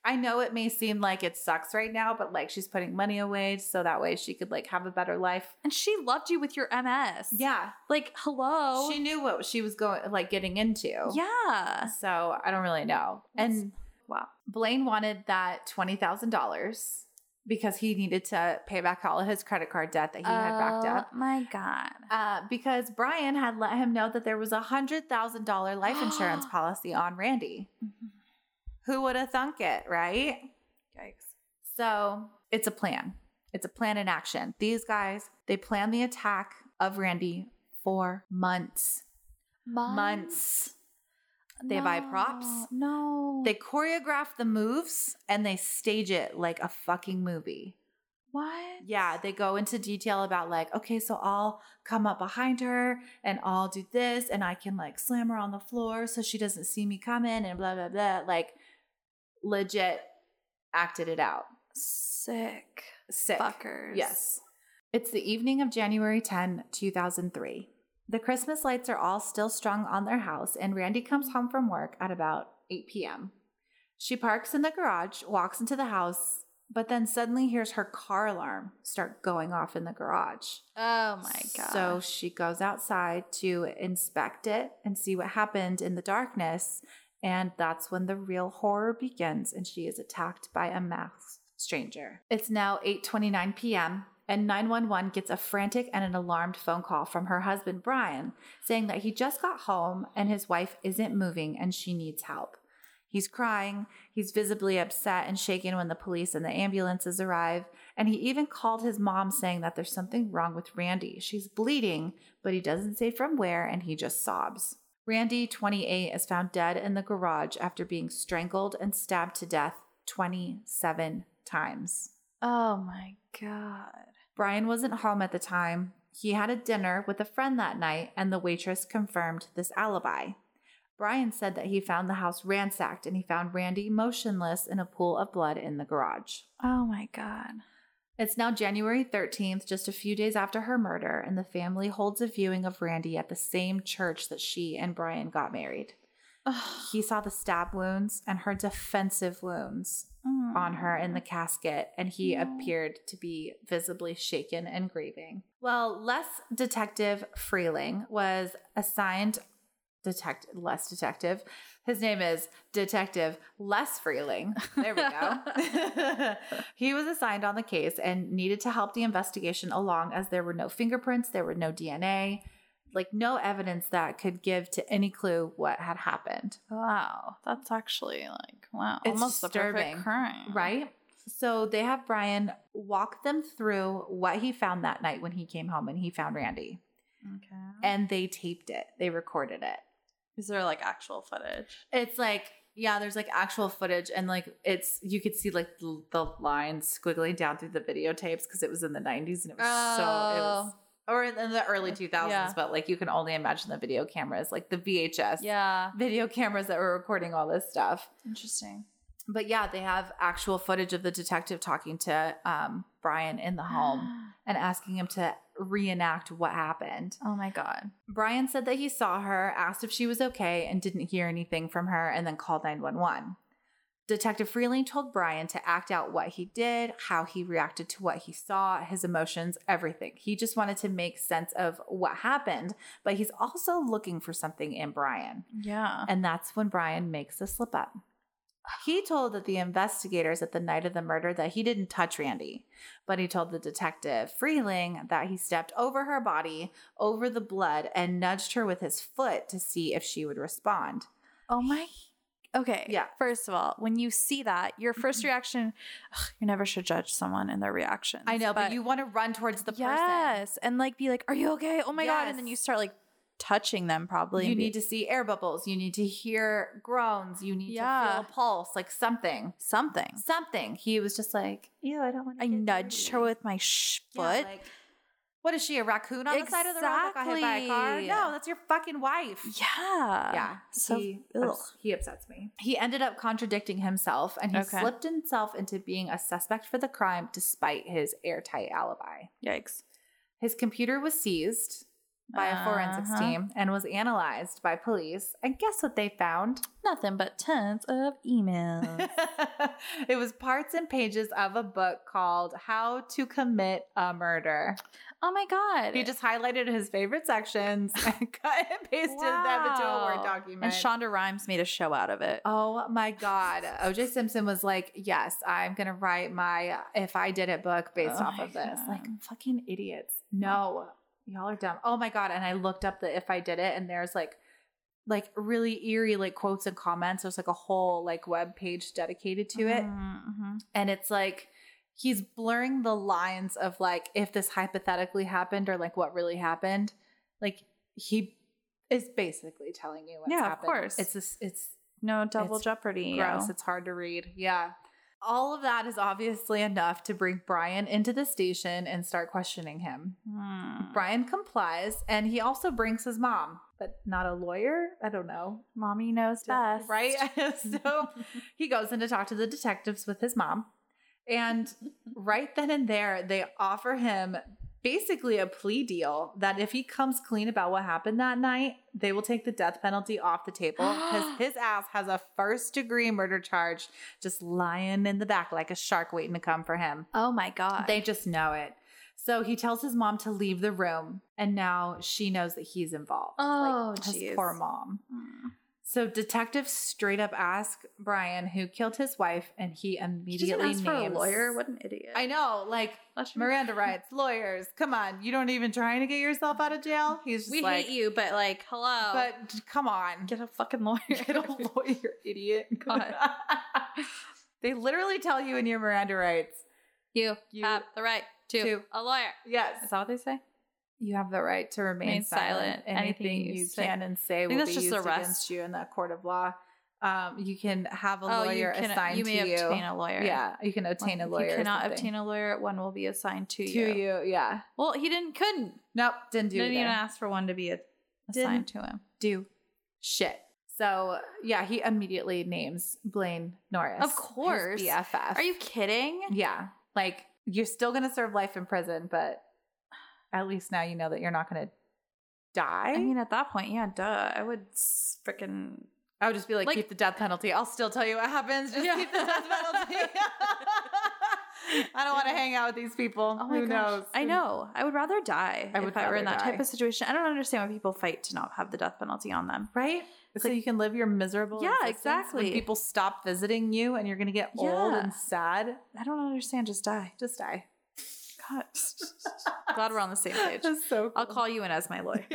Speaker 2: I know it may seem like it sucks right now, but like she's putting money away so that way she could like have a better life.
Speaker 1: and she loved you with your MS.
Speaker 2: Yeah,
Speaker 1: Like hello.
Speaker 2: she knew what she was going like getting into.
Speaker 1: yeah.
Speaker 2: so I don't really know.
Speaker 1: That's-
Speaker 2: and
Speaker 1: Wow.
Speaker 2: Blaine wanted that twenty thousand dollars because he needed to pay back all of his credit card debt that he had backed
Speaker 1: Oh
Speaker 2: up.
Speaker 1: My God.
Speaker 2: Uh, because Brian had let him know that there was a hundred thousand dollar life
Speaker 1: [gasps]
Speaker 2: insurance policy on Randy. Who would have thunk it, right?
Speaker 1: Yikes.
Speaker 2: So it's a plan. It's a plan in action. These guys, they plan the attack of Randy for months. Months. They buy props.
Speaker 1: Mm-hmm. No.
Speaker 2: They choreograph the moves and they stage it like a fucking movie.
Speaker 1: what?
Speaker 2: Yeah, they go into detail about like, okay, so I'll come up behind her and I'll do this and I can like slam her on the floor so she doesn't see me coming and blah blah blah. Like legit acted it out.
Speaker 1: Sick.
Speaker 2: Sick.
Speaker 1: Fuckers.
Speaker 2: Yes. It's the evening of January 10, 2003. The Christmas lights are all still strung on their house, and Randy comes home from work at about 8 p.m. She parks in the garage, walks into the house, but then suddenly hears her car alarm start going off in the garage.
Speaker 1: Oh my God.
Speaker 2: So she goes outside to inspect it and see what happened in the darkness. And that's when the real horror begins and she is attacked by a masked stranger. It's now 8:29 p.m. and 911 gets a frantic and an alarmed phone call from her husband Brian saying that he just got home and his wife isn't moving and she needs help. He's crying, he's visibly upset and shaken when the police and the ambulances arrive, and he even called his mom saying that there's something wrong with Randy. She's bleeding, but he doesn't say from where and he just sobs. Randy, 28, is found dead in the garage after being strangled and stabbed to death 27 times.
Speaker 1: Oh my God.
Speaker 2: Brian wasn't home at the time. He had a dinner with a friend that night, and the waitress confirmed this alibi. Brian said that he found the house ransacked and he found Randy motionless in a pool of blood in the garage.
Speaker 1: Oh my God.
Speaker 2: It's now January 13th, just a few days after her murder, and the family holds a viewing of Randy at the same church that she and Brian got married.
Speaker 1: Ugh.
Speaker 2: He saw the stab wounds and her defensive wounds
Speaker 1: Mm.
Speaker 2: on her in the casket, and he
Speaker 1: No.
Speaker 2: appeared to be visibly shaken and grieving. Well, less detective Freeling was assigned detect less detective. His name is Detective Les Freeling. There we [laughs] go. he was assigned on the case and needed to help the investigation along as there were no fingerprints, there were no DNA, like no evidence that could give to any clue what had happened.
Speaker 1: Wow, that's actually like wow,
Speaker 2: It's
Speaker 1: almost the
Speaker 2: disturbing,
Speaker 1: perfect crime,
Speaker 2: right? So they have Brian walk them through what he found that night when he came home and he found Randy.
Speaker 1: Okay.
Speaker 2: And they taped it, they recorded it.
Speaker 1: Is there like actual footage?
Speaker 2: It's like, yeah, there's like actual footage, and like it's, you could see like the, the lines squiggling down through the videotapes because it was in the 90s and it was so, it was, or in the early 2000s,
Speaker 1: Yeah.
Speaker 2: but Oh. like you can only imagine the video cameras, like the VHS
Speaker 1: Yeah.
Speaker 2: video cameras that were recording all this stuff.
Speaker 1: Interesting.
Speaker 2: But yeah, they have actual footage of the detective talking to um, Brian in the home [gasps] and asking him to reenact what happened.
Speaker 1: Oh my god.
Speaker 2: Brian said that he saw her, asked if she was okay, and didn't hear anything from her, and then called 911. Detective Freeling told Brian to act out what he did, how he reacted to what he saw, his emotions, everything. He just wanted to make sense of what happened, but he's also looking for something in Brian.
Speaker 1: Yeah.
Speaker 2: And that's when Brian makes a slip up. He told that the investigators at the night of the murder that he didn't touch Randy, but he told the detective Freeling that he stepped over her body, over the blood, and nudged her with his foot to see if she would respond.
Speaker 1: Oh my. Okay.
Speaker 2: Yeah.
Speaker 1: First of all, when you see that, your first reaction, ugh, you never should judge someone and their reactions.
Speaker 2: I know, but, you want to run towards the person.
Speaker 1: yes, and like be like, "Are you okay? Oh my god!" And then
Speaker 2: Yes.
Speaker 1: you start like touching them, probably.
Speaker 2: You
Speaker 1: and be-
Speaker 2: need to see air bubbles. You need to hear groans. You need to
Speaker 1: Yeah.
Speaker 2: feel a pulse, like something.
Speaker 1: something.
Speaker 2: Something. He was just like, ew, I don't want to.
Speaker 1: I nudged her with my sh-
Speaker 2: Yeah,
Speaker 1: foot.
Speaker 2: like, what is she, a raccoon on the side of the road that got hit by a car?
Speaker 1: Exactly.
Speaker 2: No, that's your fucking wife.
Speaker 1: Yeah.
Speaker 2: yeah.
Speaker 1: So
Speaker 2: he,
Speaker 1: ugh.
Speaker 2: he upsets me. He ended up contradicting himself and he
Speaker 1: Okay.
Speaker 2: slipped himself into being a suspect for the crime despite his airtight alibi.
Speaker 1: yikes.
Speaker 2: His computer was seized by a forensics
Speaker 1: Uh-huh.
Speaker 2: team and was analyzed by police. And guess what they found?
Speaker 1: Nothing but tons of
Speaker 2: [laughs] Mm.
Speaker 1: emails.
Speaker 2: it was parts and pages of a book called How to Commit a Murder.
Speaker 1: oh my god.
Speaker 2: He just highlighted his favorite sections [laughs] and cut and pasted them into a
Speaker 1: Wow.
Speaker 2: Word document.
Speaker 1: and Shonda Rhimes made a show out of it.
Speaker 2: oh my God. OJ Simpson was like, Yes, I'm going to write my If I Did It book based
Speaker 1: Oh
Speaker 2: off
Speaker 1: my
Speaker 2: of this.
Speaker 1: God.
Speaker 2: Like, fucking idiots. No, y'all are dumb. Oh my God. And I looked up the If I Did It, and there's like, like really eerie like quotes and comments there's like a whole like web page dedicated to it
Speaker 1: Mhm.
Speaker 2: and it's like he's blurring the lines of like if this hypothetically happened or like what really happened like he is basically telling you what's
Speaker 1: Yeah, of
Speaker 2: happened
Speaker 1: course.
Speaker 2: it's this it's
Speaker 1: No double
Speaker 2: It's
Speaker 1: jeopardy. yo.
Speaker 2: gross it's hard to read yeah all of that is obviously enough to bring Brian into the station and start questioning him.
Speaker 1: Hmm.
Speaker 2: Brian complies and he also brings his mom, but not a lawyer. I don't know.
Speaker 1: Mommy knows best.
Speaker 2: Right? [laughs]
Speaker 1: [laughs]
Speaker 2: so he goes in to talk to the detectives with his mom.
Speaker 1: [laughs]
Speaker 2: And right then and there, they offer him basically a plea deal that if he comes clean about what happened that night, they will take the death penalty off the
Speaker 1: [gasps]
Speaker 2: table because his ass has a first degree murder charge just lying in the back like a shark waiting to come for him.
Speaker 1: Oh my god.
Speaker 2: They just know it. So he tells his mom to leave the room, and now she knows that he's involved.
Speaker 1: Oh,
Speaker 2: his
Speaker 1: jeez.
Speaker 2: poor mom.
Speaker 1: Hmm.
Speaker 2: So detectives straight up ask Brian who killed his wife, and he
Speaker 1: She doesn't
Speaker 2: immediately names
Speaker 1: ask for a lawyer. What an idiot.
Speaker 2: I know, like
Speaker 1: Let's-
Speaker 2: Miranda rights, lawyers. Come on, you don't even trying to get yourself out of jail. He's just
Speaker 1: We
Speaker 2: like,
Speaker 1: hate you, but like, hello.
Speaker 2: but j- come on,
Speaker 1: get a fucking lawyer.
Speaker 2: [laughs] get a lawyer,
Speaker 1: [laughs]
Speaker 2: idiot.
Speaker 1: God.
Speaker 2: [laughs] they literally tell you in your Miranda rights.
Speaker 1: you,
Speaker 2: You-
Speaker 1: have the right to,
Speaker 2: to-
Speaker 1: a lawyer.
Speaker 2: Yes,
Speaker 1: Is that what they say?
Speaker 2: you have the right to remain,
Speaker 1: Remain
Speaker 2: silent.
Speaker 1: silent.
Speaker 2: Anything,
Speaker 1: Anything
Speaker 2: you,
Speaker 1: you say-
Speaker 2: can and say will
Speaker 1: that's
Speaker 2: be
Speaker 1: just
Speaker 2: used
Speaker 1: arrest.
Speaker 2: against you in the court of law. Um, you can have a lawyer
Speaker 1: Oh, you can-
Speaker 2: assigned
Speaker 1: you may
Speaker 2: to you.
Speaker 1: obtain a lawyer.
Speaker 2: Yeah, you can obtain a
Speaker 1: If
Speaker 2: lawyer.
Speaker 1: You cannot obtain a lawyer. One will be assigned to,
Speaker 2: to
Speaker 1: you.
Speaker 2: you. Yeah.
Speaker 1: Well, he didn't. Couldn't.
Speaker 2: Nope. Didn't do
Speaker 1: Didn't
Speaker 2: either.
Speaker 1: even ask for one to be a- assigned to him.
Speaker 2: do shit. So yeah, he immediately names Blaine Norris.
Speaker 1: Of course.
Speaker 2: his BFF.
Speaker 1: Are you kidding?
Speaker 2: Yeah. Like you're still gonna serve life in prison, but at least now you know that you're not gonna die.
Speaker 1: I mean, at that point, yeah, duh. I would freaking
Speaker 2: I would just be like,
Speaker 1: Like-
Speaker 2: keep the death penalty. I'll still tell you what happens. Just
Speaker 1: Yeah.
Speaker 2: keep the death penalty.
Speaker 1: [laughs]
Speaker 2: I don't want to hang out with these people.
Speaker 1: Oh my
Speaker 2: Who
Speaker 1: gosh.
Speaker 2: knows?
Speaker 1: I know. I would rather die
Speaker 2: I
Speaker 1: if
Speaker 2: would
Speaker 1: I were in
Speaker 2: rather
Speaker 1: that type
Speaker 2: die.
Speaker 1: of situation. I don't understand why people fight to not have the death penalty on them.
Speaker 2: Right? so you can live your miserable
Speaker 1: Yeah,
Speaker 2: existence
Speaker 1: exactly.
Speaker 2: When people stop visiting you and you're going to get old
Speaker 1: Yeah.
Speaker 2: and sad,
Speaker 1: I don't understand. Just die.
Speaker 2: just die.
Speaker 1: God.
Speaker 2: [laughs]
Speaker 1: Glad we're on the same [laughs] page.
Speaker 2: That's so cool.
Speaker 1: I'll call you in as my
Speaker 2: [laughs]
Speaker 1: lawyer.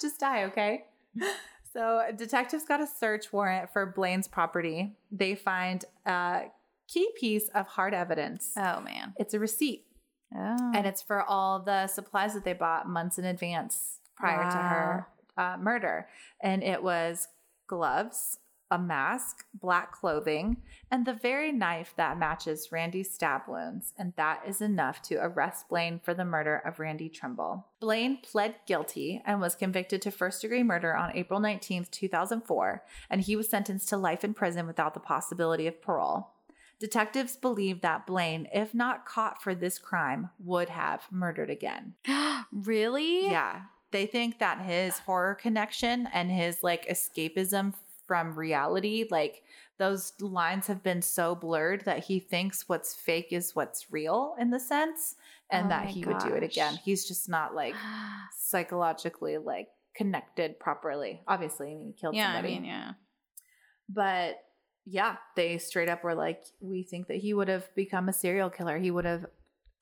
Speaker 2: Just die, okay? So detectives got a search warrant for Blaine's property. They find a key piece of hard evidence. Uh,
Speaker 1: Oh man.
Speaker 2: it's a receipt,
Speaker 1: Oh.
Speaker 2: and it's for all the supplies that they bought months in advance prior to her uh, murder. And it was gloves, a mask, black clothing, and the very knife that matches Randy's stab wounds. And that is enough to arrest Blaine for the murder of Randy Trimble. Blaine pled guilty and was convicted to first degree murder on April 19th, 2004. And he was sentenced to life in prison without the possibility of parole. Detectives believe that Blaine, if not caught for this crime, would have murdered again.
Speaker 1: Oh. [gasps] really?
Speaker 2: Yeah. They think that his horror connection and his like escapism from reality, like those lines have been so blurred that he thinks what's fake is what's real in the sense, and
Speaker 1: Oh
Speaker 2: that
Speaker 1: my
Speaker 2: he would do it
Speaker 1: gosh.
Speaker 2: again. He's just not like psychologically like connected properly. Obviously, I mean, he killed
Speaker 1: [gasps] yeah. I
Speaker 2: somebody.
Speaker 1: mean, yeah.
Speaker 2: But yeah, they straight up were like, we think that he would have become a serial killer. He would have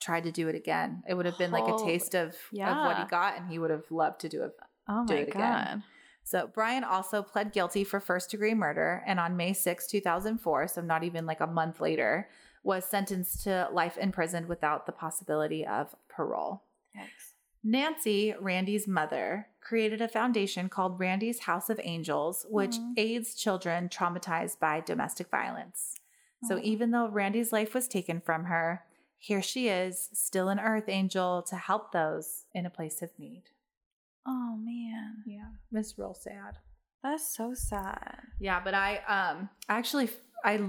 Speaker 2: tried to do it again. It would have been like a
Speaker 1: Holy-
Speaker 2: taste of, of what
Speaker 1: Yeah.
Speaker 2: he got, and he would have loved to do it.
Speaker 1: Oh
Speaker 2: Do
Speaker 1: my
Speaker 2: it again.
Speaker 1: god.
Speaker 2: So Brian also pled guilty for first degree murder, and on May 6, 2004, so not even like a month later, was sentenced to life in prison without the possibility of parole. Nancy, Randy's mother, created a foundation called Randy's House of Angels, which
Speaker 1: Aw.
Speaker 2: aids children traumatized by domestic violence. So
Speaker 1: Aw.
Speaker 2: even though Randy's life was taken from her, here she is, still an earth angel to help those in a place of need.
Speaker 1: Oh man.
Speaker 2: Yeah, it's real sad.
Speaker 1: That's so sad.
Speaker 2: Yeah, but I um I actually I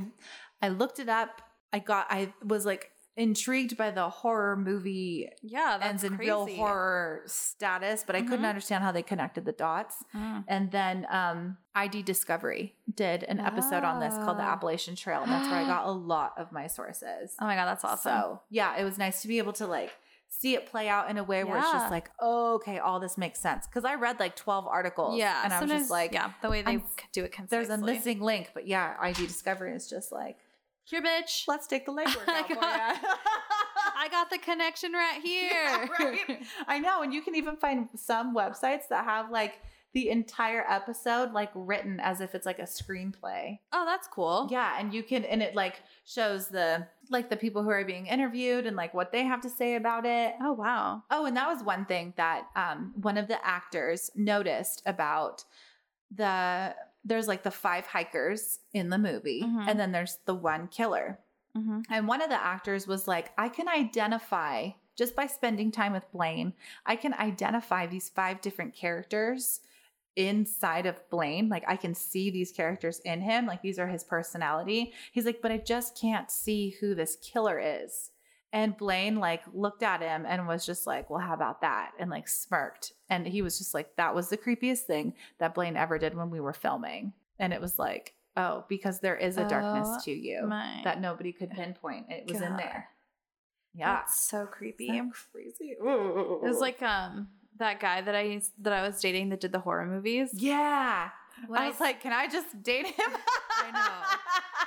Speaker 2: I looked it up. I got I was like intrigued by the horror movie
Speaker 1: Yeah.
Speaker 2: ends
Speaker 1: That's
Speaker 2: in
Speaker 1: crazy.
Speaker 2: real horror status, but I couldn't
Speaker 1: Mhm.
Speaker 2: understand how they connected the dots.
Speaker 1: Mm.
Speaker 2: And then um, ID Discovery did an episode on this called The
Speaker 1: Ah.
Speaker 2: Appalachian Trail. And that's where I got a lot of my sources.
Speaker 1: Oh my god. That's awesome.
Speaker 2: So, yeah, it was nice to be able to like see it play out in a way where it's
Speaker 1: Yeah.
Speaker 2: just like, oh, okay, all this makes sense. Cause I read like 12 articles.
Speaker 1: yeah.
Speaker 2: And I was
Speaker 1: sometimes,
Speaker 2: just like,
Speaker 1: yeah. The way they
Speaker 2: I'm-
Speaker 1: c- do it concisely.
Speaker 2: there's a missing link. But yeah, ID Discovery is just like,
Speaker 1: Here,
Speaker 2: [laughs]
Speaker 1: bitch. [laughs]
Speaker 2: let's take the legwork
Speaker 1: I
Speaker 2: out for
Speaker 1: got-
Speaker 2: ya. [laughs]
Speaker 1: I got the connection right here.
Speaker 2: right? I know. And you can even find some websites that have like the entire episode like written as if it's like a screenplay.
Speaker 1: [laughs] Oh, that's cool.
Speaker 2: Yeah, and you can and it like shows the like the people who are being interviewed and like what they have to say about it.
Speaker 1: Oh wow.
Speaker 2: Oh, and that was one thing that um one of the actors noticed about the there's like the five hikers in the movie
Speaker 1: Mhm.
Speaker 2: and then there's the one killer.
Speaker 1: Mm-hmm.
Speaker 2: And one of the actors was like, I can identify just by spending time with Blaine, I can identify these five different characters inside of Blaine. Like, I can see these characters in him. Like, these are his personality. He's like, but I just can't see who this killer is. And Blaine, like, looked at him and was just like, well, how about that? And like, smirked. And he was just like, that was the creepiest thing that Blaine ever did when we were filming. And it was like, oh, because there is a darkness
Speaker 1: Oh,
Speaker 2: to you
Speaker 1: My
Speaker 2: that nobody could pinpoint. It was in
Speaker 1: God.
Speaker 2: there. Yeah.
Speaker 1: That's so creepy.
Speaker 2: Isn't
Speaker 1: It
Speaker 2: that crazy. It
Speaker 1: was like um that guy that I used, that I was dating that did the horror movies.
Speaker 2: yeah.
Speaker 1: When
Speaker 2: I was like, can I just date him? [laughs] I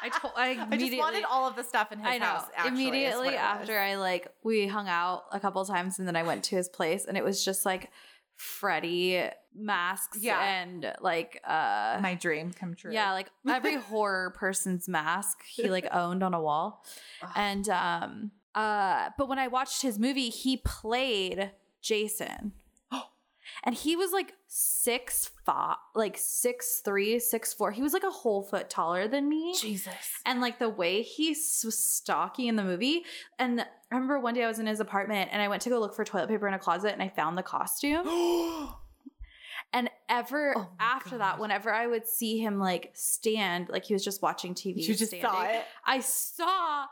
Speaker 1: I told
Speaker 2: [laughs]
Speaker 1: I
Speaker 2: I just
Speaker 1: immediately
Speaker 2: wanted all of the stuff in his
Speaker 1: I know.
Speaker 2: house. Actually, is
Speaker 1: immediately
Speaker 2: what it was.
Speaker 1: after I like we hung out a couple times and then I went to his place and it was just like Freddy masks
Speaker 2: Yeah.
Speaker 1: and like uh
Speaker 2: my dream come true.
Speaker 1: Yeah, like
Speaker 2: [laughs]
Speaker 1: every horror person's mask he like owned on a wall.
Speaker 2: Ugh.
Speaker 1: And um uh but when I watched his movie, he played
Speaker 2: [gasps]
Speaker 1: Jason. And he was like six five like six three, six four. He was like a whole foot taller than me.
Speaker 2: Jesus. [gasps]
Speaker 1: And like the way he s- was stalky in the movie. And I remember one day I was in his apartment and I went to go look for toilet paper in a closet and I found
Speaker 2: [gasps]
Speaker 1: the costume. And ever
Speaker 2: Oh my
Speaker 1: after
Speaker 2: gosh.
Speaker 1: that, whenever I would see him like stand, like he was just watching TV,
Speaker 2: you just
Speaker 1: standing,
Speaker 2: saw it.
Speaker 1: I saw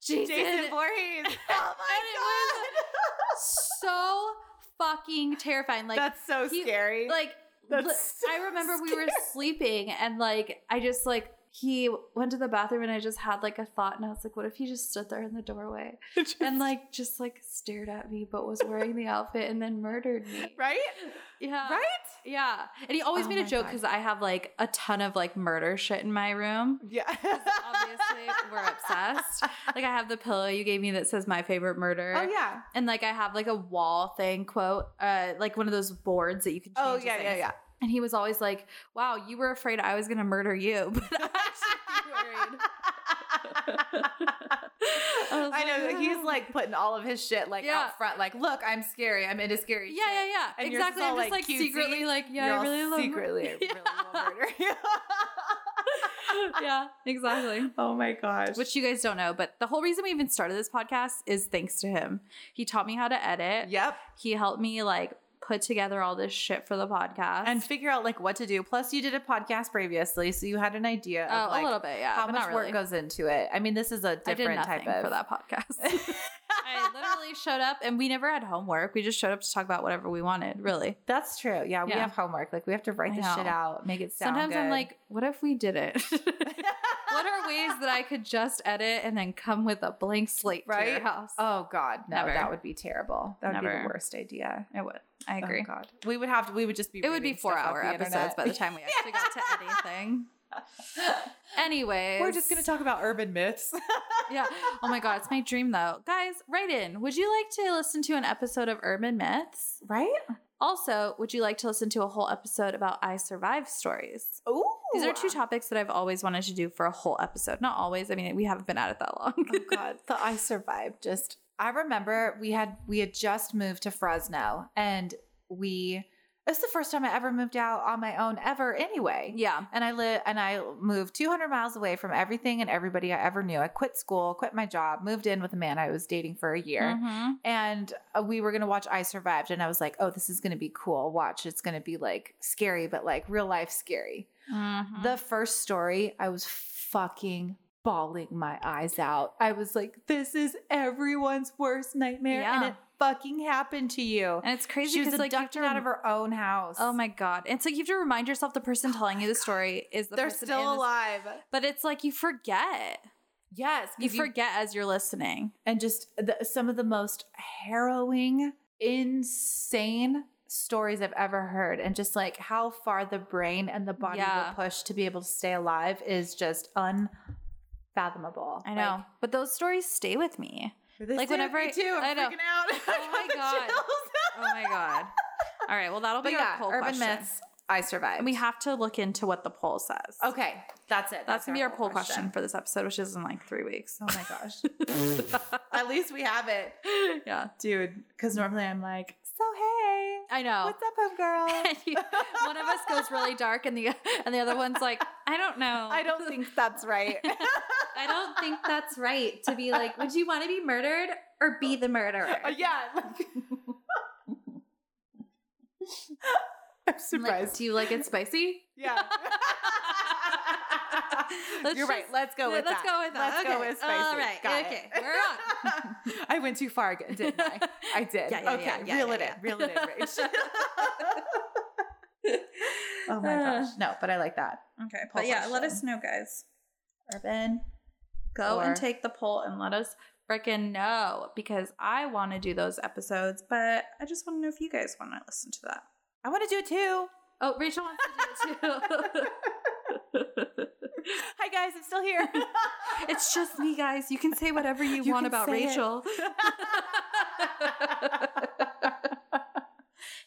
Speaker 1: Jason.
Speaker 2: Jason [laughs]
Speaker 1: [laughs]
Speaker 2: Voorhees. Oh my
Speaker 1: And
Speaker 2: god. [laughs]
Speaker 1: so fucking terrifying. Like,
Speaker 2: That's so
Speaker 1: he-
Speaker 2: scary.
Speaker 1: like
Speaker 2: That's
Speaker 1: I remember
Speaker 2: [laughs]
Speaker 1: we were sleeping and like I just like he went to the bathroom and I just had like a thought and I was like, what if he just stood there in the doorway
Speaker 2: [laughs]
Speaker 1: [laughs] and like just like stared at me but was wearing the outfit and then murdered me?
Speaker 2: right?
Speaker 1: Yeah.
Speaker 2: Right?
Speaker 1: Yeah. And he always
Speaker 2: Oh
Speaker 1: made a
Speaker 2: my
Speaker 1: joke
Speaker 2: God.
Speaker 1: because I have like a ton of like murder shit in my room.
Speaker 2: Yeah.
Speaker 1: Obviously, [laughs] we're obsessed. Like I have the pillow you gave me that says my favorite murder.
Speaker 2: [laughs] Oh yeah.
Speaker 1: And like I have like a wall thing quote, uh, like one of those boards that you can. Change
Speaker 2: Oh
Speaker 1: the
Speaker 2: yeah, yeah,
Speaker 1: things.
Speaker 2: yeah.
Speaker 1: And he was always like, "Wow, you were afraid I was gonna murder you." [laughs] But [laughs] I was
Speaker 2: I know
Speaker 1: like,
Speaker 2: like, he's like putting all of his shit like
Speaker 1: Yeah.
Speaker 2: out front, like, look, I'm scary. I'm into
Speaker 1: yeah,
Speaker 2: scary.
Speaker 1: yeah,
Speaker 2: shit."
Speaker 1: yeah,
Speaker 2: And yours is
Speaker 1: exactly.
Speaker 2: all,
Speaker 1: I'm just
Speaker 2: like,
Speaker 1: like
Speaker 2: cutesy.
Speaker 1: secretly like, yeah,
Speaker 2: You're
Speaker 1: I
Speaker 2: all
Speaker 1: really love [laughs]
Speaker 2: secretly, I really want murder. [laughs] you. [laughs]
Speaker 1: yeah, exactly.
Speaker 2: oh my gosh.
Speaker 1: Which you guys don't know, but the whole reason we even started this podcast is thanks to him. He taught me how to edit.
Speaker 2: yep.
Speaker 1: He helped me like put together all this shit for the podcast.
Speaker 2: And figure out like what to do. Plus, you did a podcast previously, so you had an idea
Speaker 1: oh,
Speaker 2: of like
Speaker 1: a little bit, yeah.
Speaker 2: how
Speaker 1: but
Speaker 2: much
Speaker 1: not
Speaker 2: work
Speaker 1: really.
Speaker 2: goes into it. I mean, this is a
Speaker 1: I did
Speaker 2: different
Speaker 1: nothing
Speaker 2: type of
Speaker 1: for
Speaker 2: [laughs]
Speaker 1: that podcast. [laughs] I literally showed up and we never had homework. We just showed up to talk about whatever we wanted, really.
Speaker 2: That's true. Yeah, we
Speaker 1: Yeah.
Speaker 2: have homework. Like we have to write
Speaker 1: I
Speaker 2: this shit
Speaker 1: know.
Speaker 2: out, make it sound.
Speaker 1: Sometimes I'm
Speaker 2: good.
Speaker 1: like, what if we did it? [laughs] what are ways that I could just edit and then come with a blank slate to your
Speaker 2: Right?
Speaker 1: house?
Speaker 2: [laughs] oh god, no,
Speaker 1: Never.
Speaker 2: that would be terrible. That would be the
Speaker 1: Never.
Speaker 2: worst idea.
Speaker 1: I would. I
Speaker 2: Oh,
Speaker 1: agree.
Speaker 2: god, we would have to. We would just be.
Speaker 1: it would be
Speaker 2: reading
Speaker 1: four
Speaker 2: stuff off
Speaker 1: hour
Speaker 2: the
Speaker 1: episodes
Speaker 2: internet.
Speaker 1: by the time we actually got [laughs] to anything.
Speaker 2: [laughs]
Speaker 1: Anyways.
Speaker 2: We're just gonna talk about urban myths.
Speaker 1: [laughs] Yeah. Oh my god, it's my dream though. Guys, write in. Would you like to listen to an episode of Urban Myths?
Speaker 2: right?
Speaker 1: Also, would you like to listen to a whole episode about I Survive stories?
Speaker 2: Ooh,
Speaker 1: These are two [laughs] topics that I've always wanted to do for a whole episode. Not always. I mean, we haven't been at it that long.
Speaker 2: oh god, the I survived. Just I remember we had we had just moved to Fresno, and we it's the first time I ever moved out on my own ever. Anyway,
Speaker 1: [laughs] yeah.
Speaker 2: and I live and I moved 200 miles away from everything and everybody I ever knew. I quit school, quit my job, moved in with a man I was dating for a year.
Speaker 1: Mhm.
Speaker 2: And uh, we were going to watch I Survived and I was like, "Oh, this is going to be cool. Watch, it's going to be like scary but like real life scary."
Speaker 1: Mhm.
Speaker 2: The first story, I was fucking bawling my eyes out. I was like, "This is everyone's worst nightmare and
Speaker 1: Yeah.
Speaker 2: it fucking happened to you."
Speaker 1: and it's crazy
Speaker 2: she was
Speaker 1: because like you have
Speaker 2: abducted
Speaker 1: to
Speaker 2: out of
Speaker 1: rem-
Speaker 2: her own house.
Speaker 1: Oh my god! It's like you have to remind yourself the person telling you the story is the
Speaker 2: They're
Speaker 1: person
Speaker 2: still
Speaker 1: in this-
Speaker 2: alive.
Speaker 1: But it's like you forget.
Speaker 2: Yes,
Speaker 1: You
Speaker 2: 'cause you
Speaker 1: forget as you're listening.
Speaker 2: and just the, some of the most harrowing, insane stories I've ever heard. And just like how far the brain and the body
Speaker 1: Yeah.
Speaker 2: will push to be able to stay alive is just unfathomable.
Speaker 1: I know, but those stories stay with me.
Speaker 2: Like, this
Speaker 1: Like,
Speaker 2: did it
Speaker 1: whenever
Speaker 2: for me
Speaker 1: I-
Speaker 2: too, I'm
Speaker 1: I know.
Speaker 2: freaking out. [laughs]
Speaker 1: Oh my God. [laughs] Oh my god! All right, well that'll be
Speaker 2: But
Speaker 1: our
Speaker 2: yeah,
Speaker 1: poll
Speaker 2: urban
Speaker 1: question,
Speaker 2: myths. I survived.
Speaker 1: and we have to look into what the poll says.
Speaker 2: okay, that's it.
Speaker 1: that's, gonna be our poll question. for this episode, which is in like three weeks.
Speaker 2: Oh my gosh. [laughs] At least we have it,
Speaker 1: [laughs] yeah,
Speaker 2: dude. Because normally I'm like, so hey,
Speaker 1: I know.
Speaker 2: what's up, homegirl?
Speaker 1: [laughs] And you- one of us goes really dark and the and the other one's like [laughs] i don't know
Speaker 2: I [laughs] don't think that's right.
Speaker 1: i don't think that's right to be like would you want to be murdered or be the murderer
Speaker 2: Uh, yeah. [laughs] like- I'm
Speaker 1: I'm like,
Speaker 2: surprised.
Speaker 1: do you like it spicy
Speaker 2: yeah.
Speaker 1: [laughs] Let's
Speaker 2: You're right.
Speaker 1: just-
Speaker 2: Let's go with
Speaker 1: let's
Speaker 2: that.
Speaker 1: go with that.
Speaker 2: Let's
Speaker 1: Okay.
Speaker 2: go with spicy.
Speaker 1: All right.
Speaker 2: Got
Speaker 1: Okay.
Speaker 2: it.
Speaker 1: We're on.
Speaker 2: I went too far again, [laughs] didn't
Speaker 1: [laughs]
Speaker 2: I? I did.
Speaker 1: Yeah, yeah,
Speaker 2: okay.
Speaker 1: yeah, yeah,
Speaker 2: reel
Speaker 1: yeah,
Speaker 2: it
Speaker 1: yeah.
Speaker 2: in. Reel it in,
Speaker 1: [laughs]
Speaker 2: Rach. oh my gosh.
Speaker 1: [sighs]
Speaker 2: No, but I like that.
Speaker 1: okay
Speaker 2: Poll question.
Speaker 1: know guys
Speaker 2: Urban.
Speaker 1: go
Speaker 2: Or-
Speaker 1: and take the poll and let us freaking know because i want to do those episodes but i just want to know if you guys want to listen to that
Speaker 2: I want to do it too.
Speaker 1: oh rachel wants to do it too
Speaker 2: Hi guys, I'm still [laughs] here.
Speaker 1: [laughs] It's just me, guys. You can say whatever you,
Speaker 2: You
Speaker 1: want
Speaker 2: can
Speaker 1: about
Speaker 2: say it.
Speaker 1: Rachel.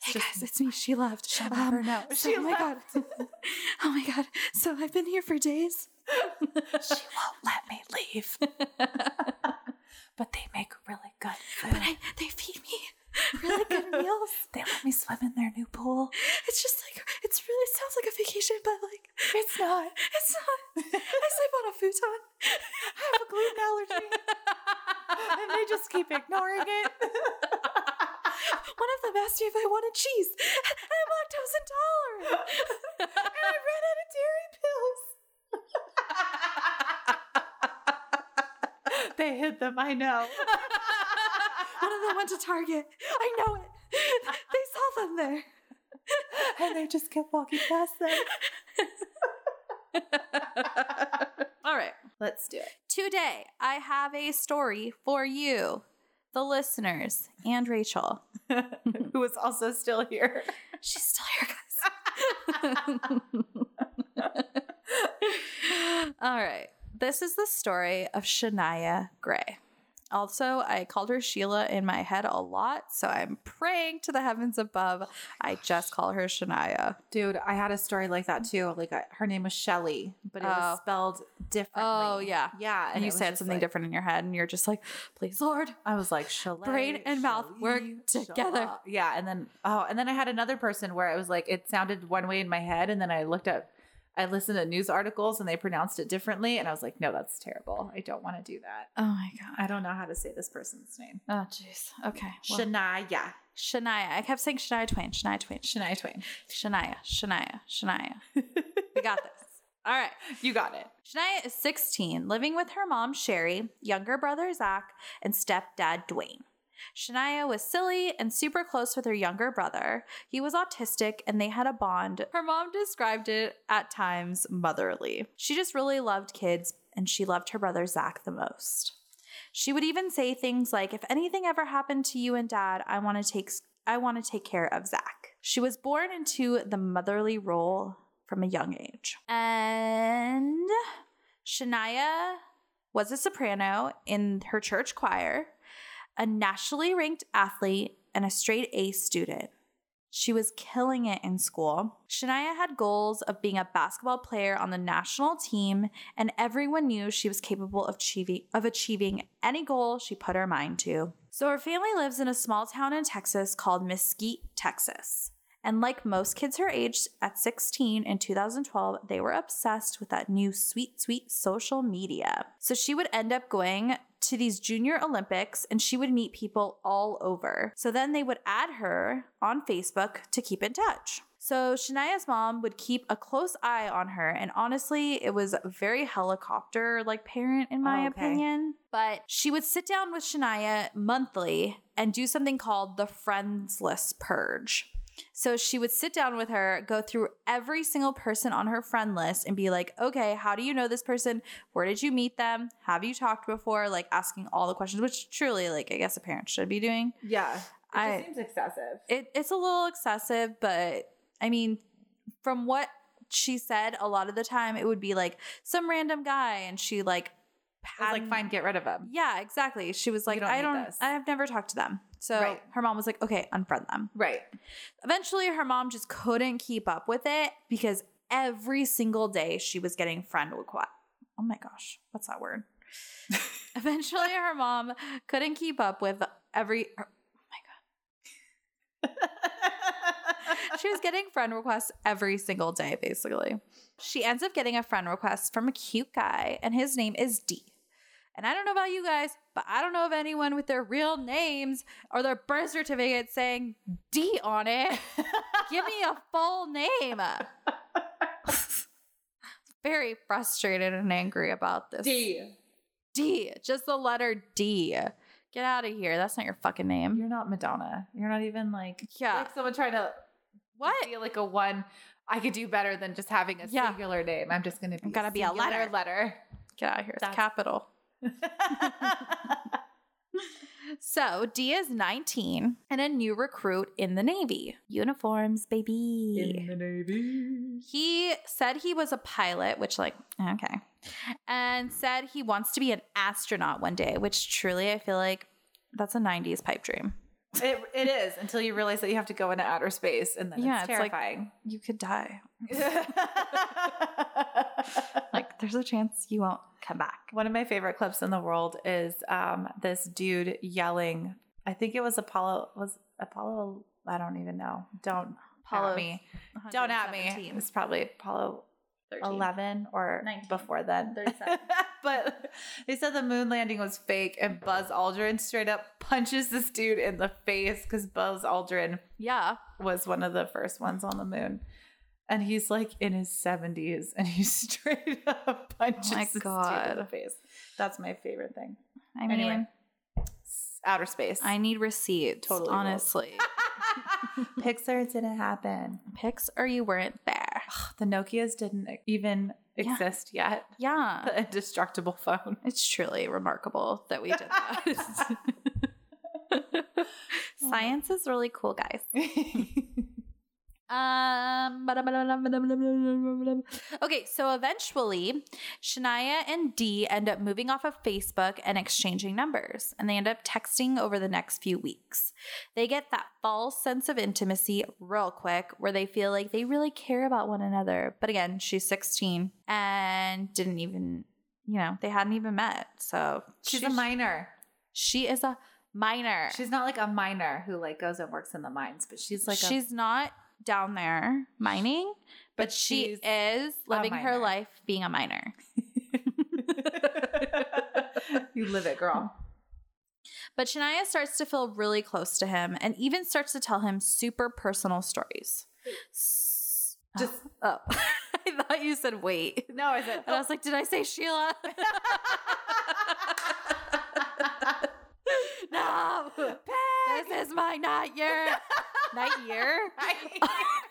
Speaker 1: hey guys, it's me. She left.
Speaker 2: She'll
Speaker 1: Um,
Speaker 2: never know.
Speaker 1: so- oh my god. [laughs] oh my god. So I've been here for days.
Speaker 2: she won't let me leave. but they make really good food.
Speaker 1: But I, they feed me [laughs] really
Speaker 2: [laughs]
Speaker 1: good meals.
Speaker 2: they let me swim in their new pool.
Speaker 1: It's just like it's really it sounds like a vacation, but like
Speaker 2: It's not.
Speaker 1: it's
Speaker 2: [laughs]
Speaker 1: not. I sleep on a futon.
Speaker 2: I have a gluten allergy. and they just keep ignoring [laughs] it.
Speaker 1: [laughs] One of them asked me if I wanted cheese, and I'm lactose intolerant. and I ran out of dairy pills.
Speaker 2: they hid them, I [laughs] know.
Speaker 1: One of them went to Target. I know it. They saw them there.
Speaker 2: and I just kept walking past them. [laughs]
Speaker 1: All right.
Speaker 2: Let's do it.
Speaker 1: Today, I have a story for you, the listeners, and Rachel.
Speaker 2: Who is also still here?
Speaker 1: She's still here, guys. All right. This is the story of Shania Gray. Also, I called her Sheila in my head a lot, so I'm praying to the heavens above. I just call her Shania.
Speaker 2: Dude, I had a story like that too. Like I, her name was Shelly, but it
Speaker 1: Oh.
Speaker 2: was spelled differently.
Speaker 1: Oh, yeah.
Speaker 2: yeah.
Speaker 1: And
Speaker 2: it
Speaker 1: you
Speaker 2: was
Speaker 1: said
Speaker 2: just
Speaker 1: something
Speaker 2: like-
Speaker 1: different in your head, and you're just like, please, Lord.
Speaker 2: I was like, Chalet,
Speaker 1: Brain and mouth work together.
Speaker 2: Yeah, and then oh, and then I had another person where I was like, it sounded one way in my head, and then I looked up, I listened to news articles, and they pronounced it differently, and I was like, no, that's terrible. I don't want to do that.
Speaker 1: Oh my God.
Speaker 2: I don't know how to say this person's name.
Speaker 1: Oh, jeez. Okay. well-
Speaker 2: Shania,
Speaker 1: Shania. I kept saying Shania Twain, Shania Twain, Sh-
Speaker 2: Shania Twain.
Speaker 1: Shania, Shania, [laughs] Shania. we got this. All right.
Speaker 2: You got it.
Speaker 1: Shania is 16, living with her mom, Sherry, younger brother, Zach, and stepdad, Dwayne. Shania was silly and super close with her younger brother. He was autistic and they had a bond. Her mom described it at times motherly. She just really loved kids and she loved her brother, Zach, the most. She would even say things like, "If anything ever happened to you and Dad, I want to take I want to take care of Zach." She was born into the motherly role from a young age, and Shania was a soprano in her church choir, a nationally ranked athlete, and a straight A student. She was killing it in school. Shania had goals of being a basketball player on the national team, and everyone knew she was capable of achieving, of achieving any goal she put her mind to. So her family lives in a small town in Texas called Mesquite, Texas. And like most kids her age at 16 in 2012, they were obsessed with that new sweet, sweet social media. So she would end up going to these junior Olympics and she would meet people all over. So then they would add her on Facebook to keep in touch. So Shania's mom would keep a close eye on her. And honestly, it was very helicopter like parent, in my
Speaker 2: Oh, okay.
Speaker 1: opinion. But she would sit down with Shania monthly and do something called the friends list purge. So she would sit down with her, go through every single person on her friend list and be like, okay, how do you know this person? Where did you meet them? Have you talked before? Like asking all the questions, which truly, like, I guess a parent should be doing.
Speaker 2: Yeah, it
Speaker 1: I-
Speaker 2: seems excessive.
Speaker 1: It, it's a little excessive, but I mean, from what she said, a lot of the time it would be like some random guy and she like,
Speaker 2: I was
Speaker 1: hadn't-
Speaker 2: like, fine, get rid of him.
Speaker 1: Yeah, exactly. She was like,
Speaker 2: don't
Speaker 1: I
Speaker 2: need
Speaker 1: don't,
Speaker 2: this.
Speaker 1: I've never talked to them. So
Speaker 2: Right.
Speaker 1: her mom was like, okay, unfriend them.
Speaker 2: [laughs] Right.
Speaker 1: Eventually, her mom just couldn't keep up with it because every single day she was getting friend requests. Oh my gosh, what's that word? Eventually, her mom couldn't keep up with every. She was getting friend requests every single day, basically. She ends up getting a friend request from a cute guy, and his name is D. And I don't know about you guys, but I don't know of anyone with their real names or their birth certificate saying D
Speaker 2: [laughs]
Speaker 1: on it. Give me a full name. Very frustrated and angry about this.
Speaker 2: D.
Speaker 1: D, just the letter D. Get out of here. That's not your fucking name.
Speaker 2: You're not Madonna. You're not even like
Speaker 1: Yeah.
Speaker 2: like someone trying to
Speaker 1: what?
Speaker 2: I feel like a one. I could do better than just having a
Speaker 1: Yeah.
Speaker 2: singular name. I'm just gonna be
Speaker 1: I'm gonna be a
Speaker 2: singular
Speaker 1: letter.
Speaker 2: letter.
Speaker 1: Get out of here. It's
Speaker 2: That's-
Speaker 1: capital. [laughs] So D is 19 and a new recruit in the Navy. Uniforms, baby.
Speaker 2: the navy.
Speaker 1: He said he was a pilot, which, like, okay. And said he wants to be an astronaut one day, which truly I feel like that's a 90s pipe dream.
Speaker 2: It, it is until you realize that you have to go into outer space, and then
Speaker 1: Yeah,
Speaker 2: it's
Speaker 1: it's like- [laughs]
Speaker 2: terrifying. [laughs]
Speaker 1: You could die. Like, there's a chance you won't come back.
Speaker 2: One of my favorite clips in the world is um, this dude yelling. I think it was Apollo. Was Apollo? I don't even know. Don't at me. Don't at me. It's probably Apollo 11 or
Speaker 1: 19,
Speaker 2: before then.
Speaker 1: 37.
Speaker 2: [laughs] but they said the moon landing was fake, and Buzz Aldrin straight up punches this dude in the face because Buzz Aldrin
Speaker 1: Yeah.
Speaker 2: was one of the first ones on the moon. And he's like in his 70s and he [laughs] straight up punches
Speaker 1: my
Speaker 2: this dude in the
Speaker 1: God.
Speaker 2: face. That's my favorite thing.
Speaker 1: I mean,
Speaker 2: Anyway. S- Outer space.
Speaker 1: I need receipts, [laughs]
Speaker 2: Totally will.
Speaker 1: honestly.
Speaker 2: [laughs] Pixar didn't happen. [sighs]
Speaker 1: Pics or you weren't there.
Speaker 2: The Nokias didn't even
Speaker 1: Yeah. Uh.
Speaker 2: exist yet. [laughs]
Speaker 1: Yeah.
Speaker 2: The indestructible phone. [laughs]
Speaker 1: It's truly remarkable that we did that. Science is really cool, guys. Um, okay, so eventually, Shania and Dee end up moving off of Facebook and exchanging numbers, and they end up texting over the next few weeks. They get that false sense of intimacy real quick, where they feel like they really care about one another. But again, she's 16 and didn't even, you know, they hadn't even met. So
Speaker 2: She's a miner.
Speaker 1: She is a minor.
Speaker 2: She's not like a miner who like goes and works in the mines, but she's like
Speaker 1: she's not down there mining,
Speaker 2: [laughs]
Speaker 1: but,
Speaker 2: But
Speaker 1: she
Speaker 2: she's
Speaker 1: is living her
Speaker 2: minor.
Speaker 1: life being a minor.
Speaker 2: a [laughs] You live it, girl.
Speaker 1: But Shania starts to feel really close to him and even starts to tell him super personal [sighs] stories. S-
Speaker 2: Just-
Speaker 1: oh, [laughs] I thought you said wait.
Speaker 2: No, I [laughs] said
Speaker 1: And I was like, did I say Sheila? [laughs] no, this is my night [laughs] year. night year? [laughs]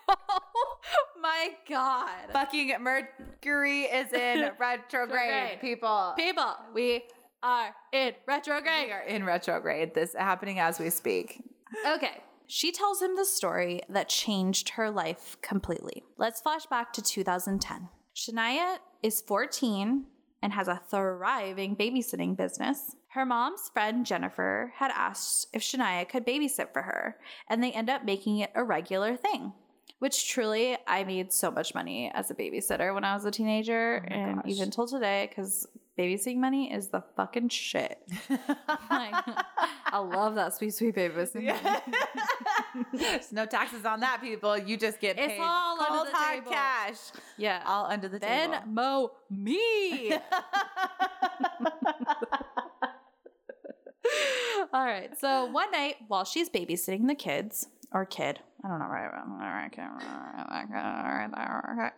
Speaker 1: oh my God.
Speaker 2: Fucking Mercury is [laughs] in retrograde,
Speaker 1: Retrograde.
Speaker 2: people.
Speaker 1: People, we are in retrograde.
Speaker 2: We are in retrograde. This happening as we [laughs] speak.
Speaker 1: Okay. She tells him the story that changed her life completely. Let's flash back to 2010. Shania is 14 and has a thriving babysitting business. Her mom's friend Jennifer had asked if Shania could babysit for her, and they end up making it a regular thing. Which truly, I made so much money as a babysitter when I was a teenager,
Speaker 2: Oh my
Speaker 1: and
Speaker 2: gosh.
Speaker 1: even till today, because babysitting money is the fucking shit. [laughs] Like, [laughs] I love that sweet, sweet babysitting. money.
Speaker 2: [laughs] There's no taxes on that, people. You just get
Speaker 1: It's
Speaker 2: paid
Speaker 1: all under
Speaker 2: cold
Speaker 1: the
Speaker 2: hard
Speaker 1: table.
Speaker 2: cash.
Speaker 1: Yeah.
Speaker 2: All under the table.
Speaker 1: Venmo me.
Speaker 2: [laughs]
Speaker 1: All right. So one night while she's babysitting the kids or kid, I don't know right. All right. okay, all right, okay, all right,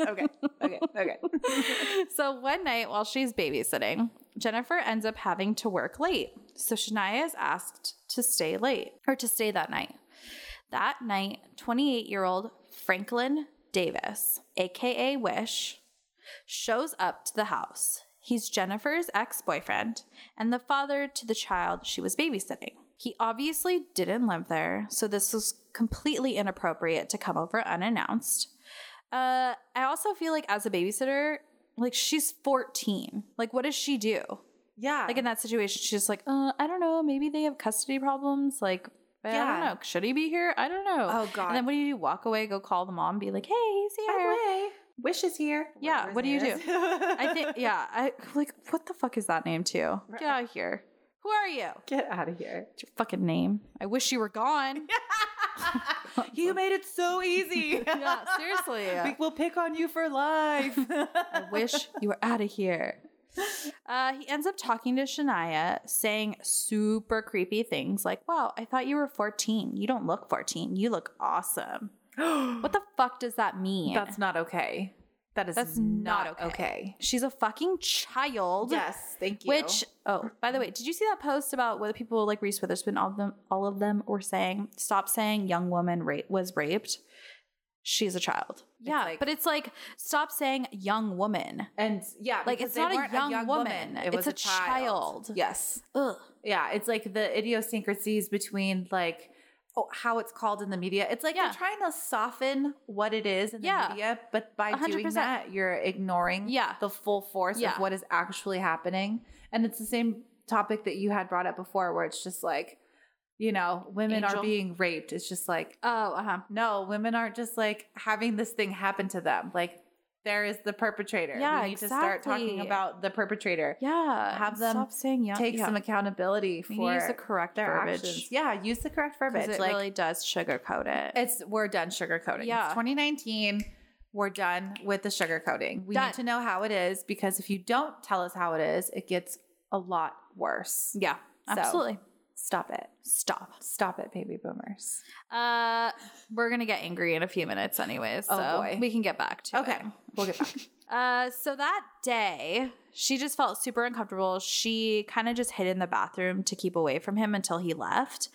Speaker 2: okay, okay, okay.
Speaker 1: okay. [laughs] So one night while she's babysitting, Jennifer ends up having to work late. So Shania is asked to stay late or to stay that night. That night, 28 year old Franklin Davis, aka Wish, shows up to the house. He's Jennifer's ex boyfriend and the father to the child she was babysitting. He obviously didn't live there, so this was completely inappropriate to come over unannounced. Uh, I also feel like as a babysitter, like she's 14. Like, what does she do?
Speaker 2: [laughs] Yeah.
Speaker 1: Like, in that situation, she's just like, uh, I don't know. Maybe they have custody problems. Like, I
Speaker 2: Yeah.
Speaker 1: don't know. Should he be here? I don't know.
Speaker 2: Oh, God.
Speaker 1: And then what do you do? Walk away, go call the mom, be like, hey, he's here.
Speaker 2: By the way, Wish is here.
Speaker 1: Yeah,
Speaker 2: Whatever
Speaker 1: what do
Speaker 2: his
Speaker 1: you
Speaker 2: name
Speaker 1: do?
Speaker 2: is.
Speaker 1: I think, yeah, I like what the fuck is that name too? Get out of here. Who are you?
Speaker 2: [laughs] Get out of here.
Speaker 1: It's your fucking name. I wish you
Speaker 2: [laughs]
Speaker 1: were gone.
Speaker 2: you made it [laughs] so easy.
Speaker 1: [laughs] yeah, seriously.
Speaker 2: We will pick on you for [laughs] life.
Speaker 1: I [gasps] wish you were out of here. Uh, he ends up talking to Shania, saying super creepy things like, Wow, I thought you were 14. You don't look 14. You look awesome. What the fuck does that mean?
Speaker 2: That's not okay. That is
Speaker 1: That's
Speaker 2: not,
Speaker 1: not
Speaker 2: okay.
Speaker 1: okay. She's a fucking child.
Speaker 2: Yes, thank you.
Speaker 1: Which oh, by the way, did you see that post about whether people like Reese Witherspoon, all of them, all of them were saying, "Stop saying young woman rape was raped. She's a child." yeah,
Speaker 2: like-
Speaker 1: but it's like stop saying young woman.
Speaker 2: and yeah,
Speaker 1: Like,
Speaker 2: because
Speaker 1: it's
Speaker 2: they
Speaker 1: not a
Speaker 2: weren't
Speaker 1: young woman.
Speaker 2: It
Speaker 1: It's
Speaker 2: was
Speaker 1: a
Speaker 2: a child.
Speaker 1: child.
Speaker 2: Yes.
Speaker 1: Ugh.
Speaker 2: Yeah, it's like the idiosyncrasies between like oh, how it's called in the media. It's like
Speaker 1: Yeah.
Speaker 2: they're trying to soften what it is in the
Speaker 1: Yeah.
Speaker 2: media, but by doing
Speaker 1: 100%.
Speaker 2: that, you're ignoring
Speaker 1: Yeah.
Speaker 2: the full force
Speaker 1: Yeah.
Speaker 2: of what is actually happening. And it's the same topic that you had brought up before, where it's just like, you know, women are
Speaker 1: Angel.
Speaker 2: being raped. It's just like,
Speaker 1: Oh, uh huh.
Speaker 2: no, women aren't just like having this thing happen to them. Like, there is the perpetrator.
Speaker 1: Yeah,
Speaker 2: we need to start talking
Speaker 1: exactly.
Speaker 2: about the perpetrator.
Speaker 1: Yeah.
Speaker 2: Have them
Speaker 1: stop saying young.
Speaker 2: Take
Speaker 1: yeah.
Speaker 2: some accountability
Speaker 1: We need to
Speaker 2: for
Speaker 1: use the correct
Speaker 2: their
Speaker 1: verbiage.
Speaker 2: actions. Yeah, use the correct
Speaker 1: 'Cause
Speaker 2: verbiage.
Speaker 1: It
Speaker 2: like
Speaker 1: really does sugarcoat it.
Speaker 2: it's we're done sugarcoating.
Speaker 1: Yeah.
Speaker 2: It's 2019. We're done with the sugarcoating. We
Speaker 1: Done.
Speaker 2: need to know how it is because if you don't tell us how it is, it gets a lot worse.
Speaker 1: yeah,
Speaker 2: So-
Speaker 1: absolutely.
Speaker 2: Stop it.
Speaker 1: Stop.
Speaker 2: Stop it, baby boomers.
Speaker 1: Uh, we're gonna get angry in a few minutes, anyways.
Speaker 2: Oh,
Speaker 1: so
Speaker 2: boy.
Speaker 1: we can get back to
Speaker 2: Okay.
Speaker 1: it.
Speaker 2: We'll get
Speaker 1: [laughs]
Speaker 2: back.
Speaker 1: Uh, so that day, she just felt super uncomfortable. She kind of just hid in the bathroom to keep away from him until he left.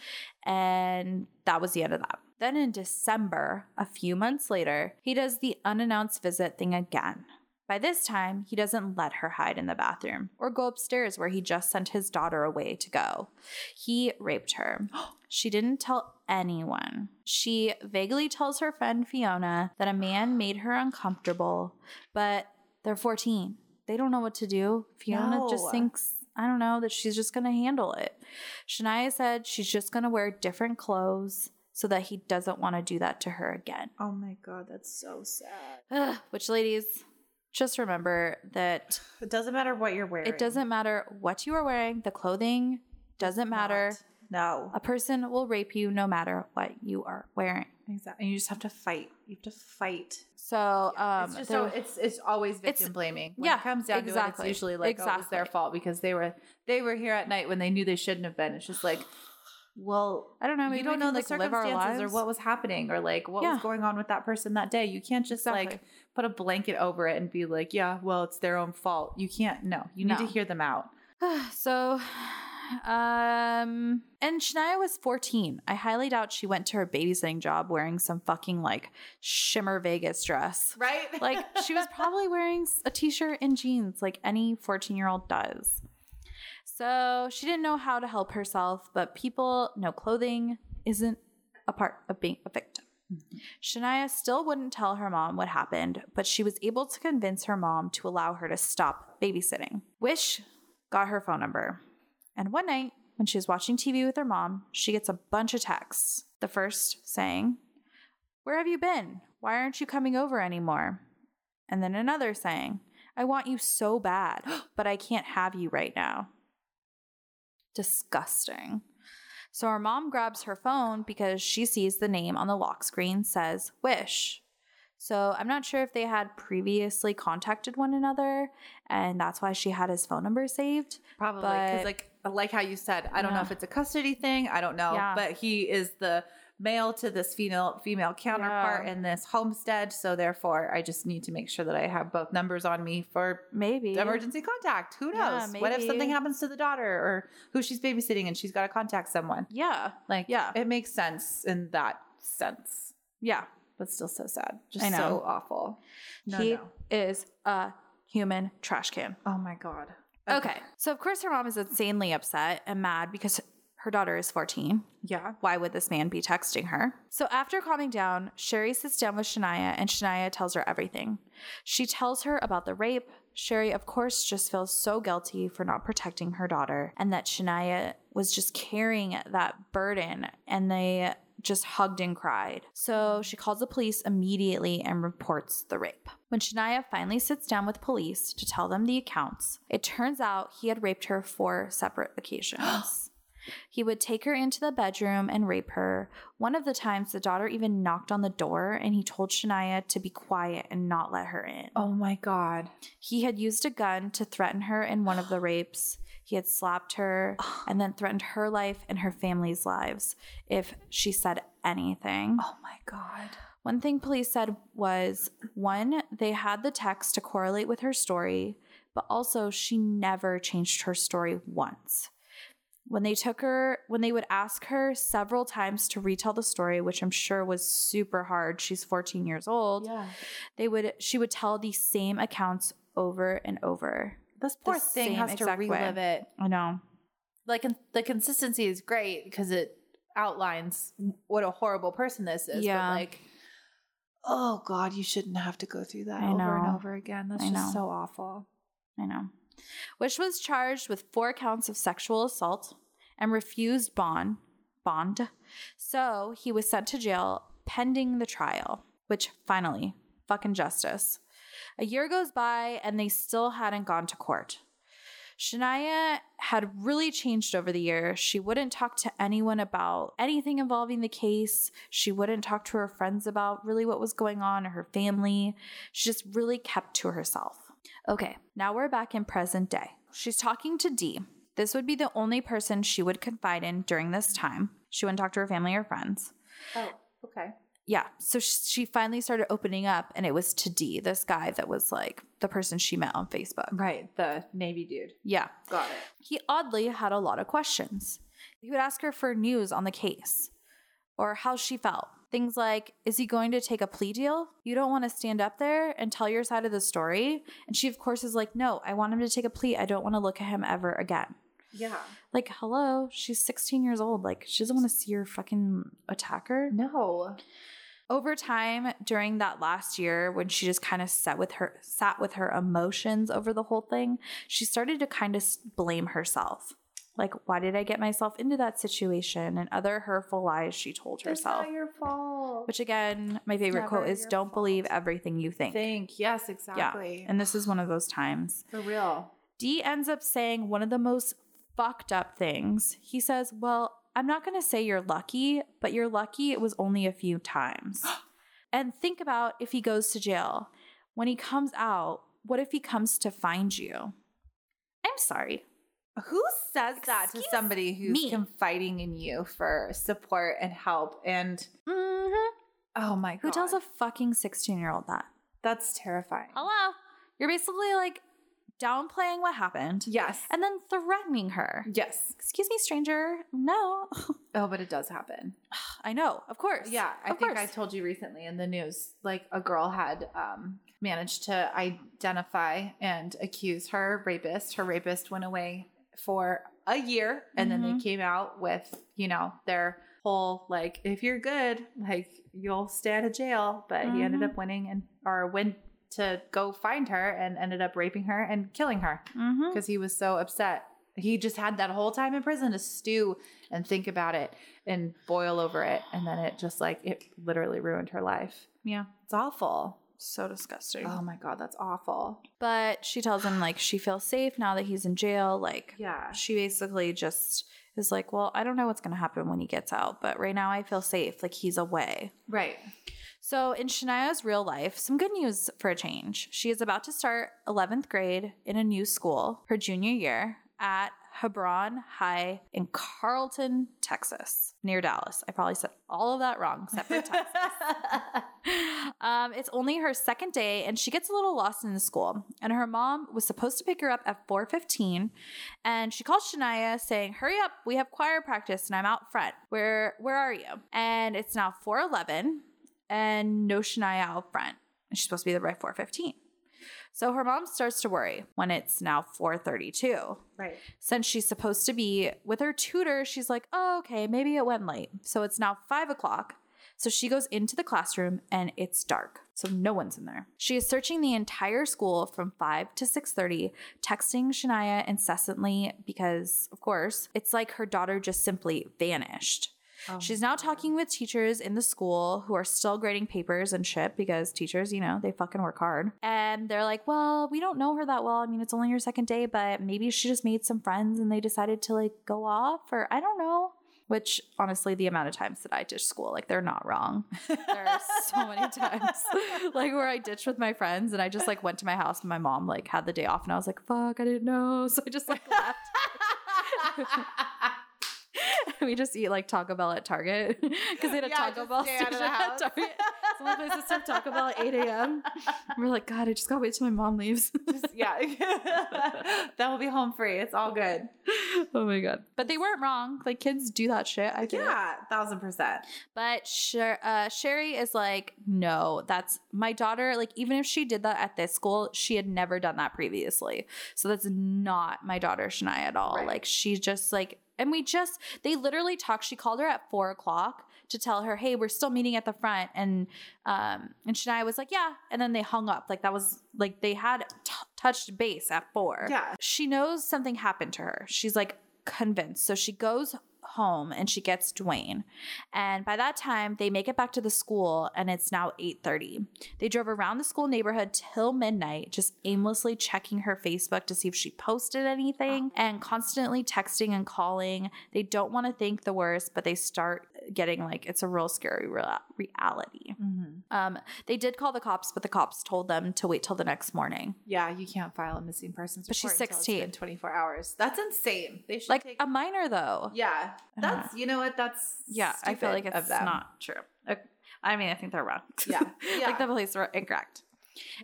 Speaker 1: And that was the end of that. Then in December, a few months later, he does the unannounced visit thing again. By this time, he doesn't let her hide in the bathroom or go upstairs where he just sent his daughter away to go. He raped her. [gasps] She didn't tell anyone. She vaguely tells her friend Fiona that a man made her uncomfortable, but they're 14. They don't know what to do. Fiona just
Speaker 2: No.
Speaker 1: thinks, I don't know, that she's just going to handle it. Shania said she's just going to wear different clothes so that he doesn't want to do that to her again. [sighs]
Speaker 2: oh my god, that's so sad.
Speaker 1: Ugh, which, ladies, just remember that
Speaker 2: It doesn't matter what you're wearing.
Speaker 1: it doesn't matter what you are wearing, the clothing doesn't matter. Uh,
Speaker 2: No.
Speaker 1: A person will rape you no matter what you are wearing.
Speaker 2: Exactly. And you just have to fight. You have to fight.
Speaker 1: So, um,
Speaker 2: it's just
Speaker 1: there-
Speaker 2: so it's it's always victim
Speaker 1: It's-
Speaker 2: blaming. When
Speaker 1: yeah,
Speaker 2: it comes down to
Speaker 1: exactly,
Speaker 2: it, it's usually like oh, it's their
Speaker 1: exactly.
Speaker 2: fault because they were they were here at night when they knew they shouldn't have been. It's just like, well,
Speaker 1: I don't know. Maybe
Speaker 2: you don't
Speaker 1: we
Speaker 2: know
Speaker 1: can,
Speaker 2: the
Speaker 1: like, live our
Speaker 2: circumstances or
Speaker 1: lives.
Speaker 2: what was happening or like what
Speaker 1: Yeah.
Speaker 2: was going on with that person that day. You can't just like
Speaker 1: Exactly.
Speaker 2: put a blanket over it and be like, yeah, well, it's their own fault. You can't. No, you need
Speaker 1: No.
Speaker 2: to hear them out.
Speaker 1: [sighs] so, um, and Shania was 14. I highly doubt she went to her babysitting job wearing some fucking like shimmer Vegas dress.
Speaker 2: Right? [laughs]
Speaker 1: Like, she was probably wearing s- a t shirt and jeans, like any 14 year old does. So, she didn't know how to help herself, but people, no clothing isn't a part of being a victim. Shania still wouldn't tell her mom what happened, but she was able to convince her mom to allow her to stop babysitting. Wish got her phone number. And one night, when she was watching TV with her mom, she gets a bunch of texts. The first saying, Where have you been? Why aren't you coming over anymore? And then another saying, I want you so bad, [gasps] but I can't have you right now. Disgusting. So her mom grabs her phone because she sees the name on the lock screen says Wish. So I'm not sure if they had previously contacted one another and that's why she had his phone number saved.
Speaker 2: Probably because
Speaker 1: But-
Speaker 2: like like how you said, I don't know
Speaker 1: Yeah.
Speaker 2: if it's a custody thing. I don't know,
Speaker 1: Yeah.
Speaker 2: but he is the male to this female female counterpart
Speaker 1: Yeah.
Speaker 2: in this homestead. So therefore, I just need to make sure that I have both numbers on me for
Speaker 1: Maybe.
Speaker 2: emergency contact. Who
Speaker 1: Yeah,
Speaker 2: knows? what if something
Speaker 1: maybe.
Speaker 2: happens to the daughter or who she's babysitting and she's got to contact someone?
Speaker 1: Yeah.
Speaker 2: Like,
Speaker 1: Yeah.
Speaker 2: it makes sense in that sense,
Speaker 1: Yeah.
Speaker 2: but still so sad. Just
Speaker 1: I know.
Speaker 2: so awful. No,
Speaker 1: he
Speaker 2: no.
Speaker 1: is a human trash can.
Speaker 2: Oh my god.
Speaker 1: Okay. So of course her mom is insanely upset and mad because her daughter is 14.
Speaker 2: Yeah.
Speaker 1: Why would this man be texting her? So after calming down, Sherry sits down with Shania and Shania tells her everything. She tells her about the rape. Sherry, of course, just feels so guilty for not protecting her daughter and that Shania was just carrying that burden and they just hugged and cried. So she calls the police immediately and reports the rape. When Shania finally sits down with police to tell them the accounts, it turns out he had raped her four separate occasions. [gasps] He would take her into the bedroom and rape her. One of the times, the daughter even knocked on the door and he told Shania to be quiet and not let her in.
Speaker 2: Oh my god.
Speaker 1: He had used a gun to threaten her in one of the rapes. He had slapped her and then threatened her life and her family's lives if she said anything.
Speaker 2: Oh my god.
Speaker 1: One thing police said was one, they had the text to correlate with her story, but also she never changed her story once. When they took her, when they would ask her several times to retell the story, which I'm sure was super hard, she's 14 years old,
Speaker 2: Yeah.
Speaker 1: they would she would tell the same accounts over and over.
Speaker 2: This poor
Speaker 1: the
Speaker 2: thing
Speaker 1: same
Speaker 2: has to
Speaker 1: exact way.
Speaker 2: relive it.
Speaker 1: I know.
Speaker 2: Like con- the consistency is great because it outlines what a horrible person this is.
Speaker 1: Yeah.
Speaker 2: But like, oh God, you shouldn't have to go through that
Speaker 1: I
Speaker 2: over and
Speaker 1: know.
Speaker 2: over again. That's
Speaker 1: I
Speaker 2: just
Speaker 1: know.
Speaker 2: so awful.
Speaker 1: I know. Which was charged with four counts of sexual assault and refused bond. Bond. So he was sent to jail pending the trial, which finally, fucking justice. A year goes by and they still hadn't gone to court. Shania had really changed over the year. She wouldn't talk to anyone about anything involving the case. She wouldn't talk to her friends about really what was going on or her family. She just really kept to herself. Okay, now we're back in present day. She's talking to Dee. This would be the only person she would confide in during this time. She wouldn't talk to her family or friends.
Speaker 2: Oh, okay.
Speaker 1: yeah. So sh- she finally started opening up, and it was to D, this guy that was like the person she met on Facebook.
Speaker 2: Right. The Navy dude.
Speaker 1: Yeah.
Speaker 2: Got it.
Speaker 1: He oddly had a lot of questions. He would ask her for news on the case or how she felt. Things like, is he going to take a plea deal? You don't want to stand up there and tell your side of the story. And she, of course, is like, no, I want him to take a plea. I don't want to look at him ever again.
Speaker 2: Yeah.
Speaker 1: Like, hello, she's 16 years old. Like, she doesn't want to see your fucking attacker.
Speaker 2: No.
Speaker 1: Over time, during that last year, when she just kind of sat with her sat with her emotions over the whole thing, she started to kind of s- blame herself. Like, why did I get myself into that situation? And other hurtful lies she told herself.
Speaker 2: It's not your fault.
Speaker 1: Which again, my favorite
Speaker 2: Never
Speaker 1: quote is
Speaker 2: your
Speaker 1: don't believe
Speaker 2: fault."
Speaker 1: everything you think.
Speaker 2: think. Yes, exactly.
Speaker 1: And this is one of those times.
Speaker 2: For real.
Speaker 1: D ends up saying one of the most fucked up things. He says, Well, I'm not going to say you're lucky, but you're lucky it was only a few
Speaker 2: [gasps]
Speaker 1: times. and think about if he goes to jail. When he comes out, what if he comes to find you? I'm sorry.
Speaker 2: Who says that to
Speaker 1: Excuse
Speaker 2: somebody who's
Speaker 1: me.
Speaker 2: confiding in you for support and help? And
Speaker 1: Mhm.
Speaker 2: oh my god,
Speaker 1: Who tells a fucking 16 year old that?
Speaker 2: That's terrifying.
Speaker 1: Hello. You're basically like downplaying what happened
Speaker 2: Yes.
Speaker 1: and then threatening her.
Speaker 2: yes.
Speaker 1: Excuse me, stranger. No. [sighs]
Speaker 2: Oh, but it does happen.
Speaker 1: I know, of course.
Speaker 2: Yeah, I
Speaker 1: Of
Speaker 2: think I
Speaker 1: course.
Speaker 2: told you recently in the news, like a girl had um, managed to identify and accuse her rapist. Her rapist went away for a year, and then they
Speaker 1: Mhm.
Speaker 2: came out with, you know, their whole like, if you're good, like you'll stay out of jail. But he ended
Speaker 1: Mhm.
Speaker 2: up winning and or went to go find her and ended up raping her and killing her
Speaker 1: Mm-hmm.
Speaker 2: because he was so upset. He just had that whole time in prison to stew and think about it and boil over it. And then it just like, it literally ruined her life.
Speaker 1: Yeah.
Speaker 2: It's awful.
Speaker 1: So disgusting.
Speaker 2: Oh my God, that's awful.
Speaker 1: Um, But she tells him, like, she feels safe now that he's in jail. Like,
Speaker 2: Yeah.
Speaker 1: she basically just is like, well, I don't know what's going to happen when he gets out, but right now I feel safe. Like, he's away.
Speaker 2: Right.
Speaker 1: So, in Shania's real life, some good news for a change. She is about to start 11th grade in a new school her junior year at Hebron High in Carlton, Texas, near Dallas. I probably said all of that wrong except [laughs] for Texas.
Speaker 2: [laughs]
Speaker 1: um, it's only her second day and she gets a little lost in the school and her mom was supposed to pick her up at 4.15 and she calls shania saying hurry up we have choir practice and i'm out front where where are you and it's now 4.11 and no shania out front and she's supposed to be there by 4.15 so her mom starts to worry when it's now 4:32
Speaker 2: [laughs] right.
Speaker 1: since she's supposed to be with her tutor, she's like, oh, okay, maybe it went late. So it's now five o'clock. So she goes into the classroom and it's dark. So no one's in there. She is searching the entire school from 5 to 6:30, texting Shania incessantly because of course, it's like her daughter just simply vanished.
Speaker 2: Oh
Speaker 1: She's
Speaker 2: my
Speaker 1: now
Speaker 2: God.
Speaker 1: talking with teachers in the school who are still grading papers and shit because teachers, you know, they fucking work hard. And they're like, well, we don't know her that well. I mean, it's only her second day, but maybe she just made some friends and they decided to like go off or I don't know. Which honestly, the amount of times that I ditch school, like they're not wrong. [laughs] There are so many times [laughs] like where I ditched with my friends and I just like went to my house and my mom like had the day off and I was like, fuck, I didn't know. [laughs] So I just like left. [laughs] we just eat like Taco Bell at Target [laughs] because they had a
Speaker 2: Yeah,
Speaker 1: Taco
Speaker 2: just
Speaker 1: Bell
Speaker 2: stay out
Speaker 1: station
Speaker 2: of the
Speaker 1: at
Speaker 2: house.
Speaker 1: Target. [laughs] So my place to serve Taco Bell at 8 a.m. And we're like, God, I just gotta wait till my mom leaves. [laughs]
Speaker 2: Just- [laughs] yeah. [laughs] that will be home free. It's all good.
Speaker 1: oh my God. But they weren't wrong. Like kids do that shit. I get it.
Speaker 2: Yeah. Thousand percent.
Speaker 1: But Sher- uh, Sherry is like, no, that's my daughter. Like, even if she did that at this school, she had never done that previously. So that's not my daughter Shania at all.
Speaker 2: Right.
Speaker 1: Like, she just like, and we just, they literally talked. She called her at four o'clock to tell her, hey, we're still meeting at the front, and um, and Shania was like, yeah, and then they hung up. Like that was like they had t- touched base at four.
Speaker 2: Yeah.
Speaker 1: She knows something happened to her. She's like convinced. So she goes home and she gets Dwayne. And by that time, they make it back to the school and it's now 8:30. They drove around the school neighborhood till midnight, just aimlessly checking her Facebook to see if she posted anything and constantly texting and calling. They don't want to think the worst, but they start getting like it's a real scary real- reality.
Speaker 2: Mm-hmm.
Speaker 1: Um, they did call the cops, but the cops told them to wait till the next morning.
Speaker 2: Yeah, you can't file a missing persons.
Speaker 1: But she's
Speaker 2: report until it's been
Speaker 1: 16.
Speaker 2: 24 hours. That's insane. They should
Speaker 1: Like
Speaker 2: take.
Speaker 1: a minor though.
Speaker 2: yeah,
Speaker 1: Uh,
Speaker 2: that's you know what that's
Speaker 1: Yeah, I feel
Speaker 2: stupid
Speaker 1: like
Speaker 2: of
Speaker 1: it's
Speaker 2: them.
Speaker 1: not true. Ok- I mean, I think they're wrong. [laughs]
Speaker 2: Yeah. Yeah.
Speaker 1: like the police were incorrect.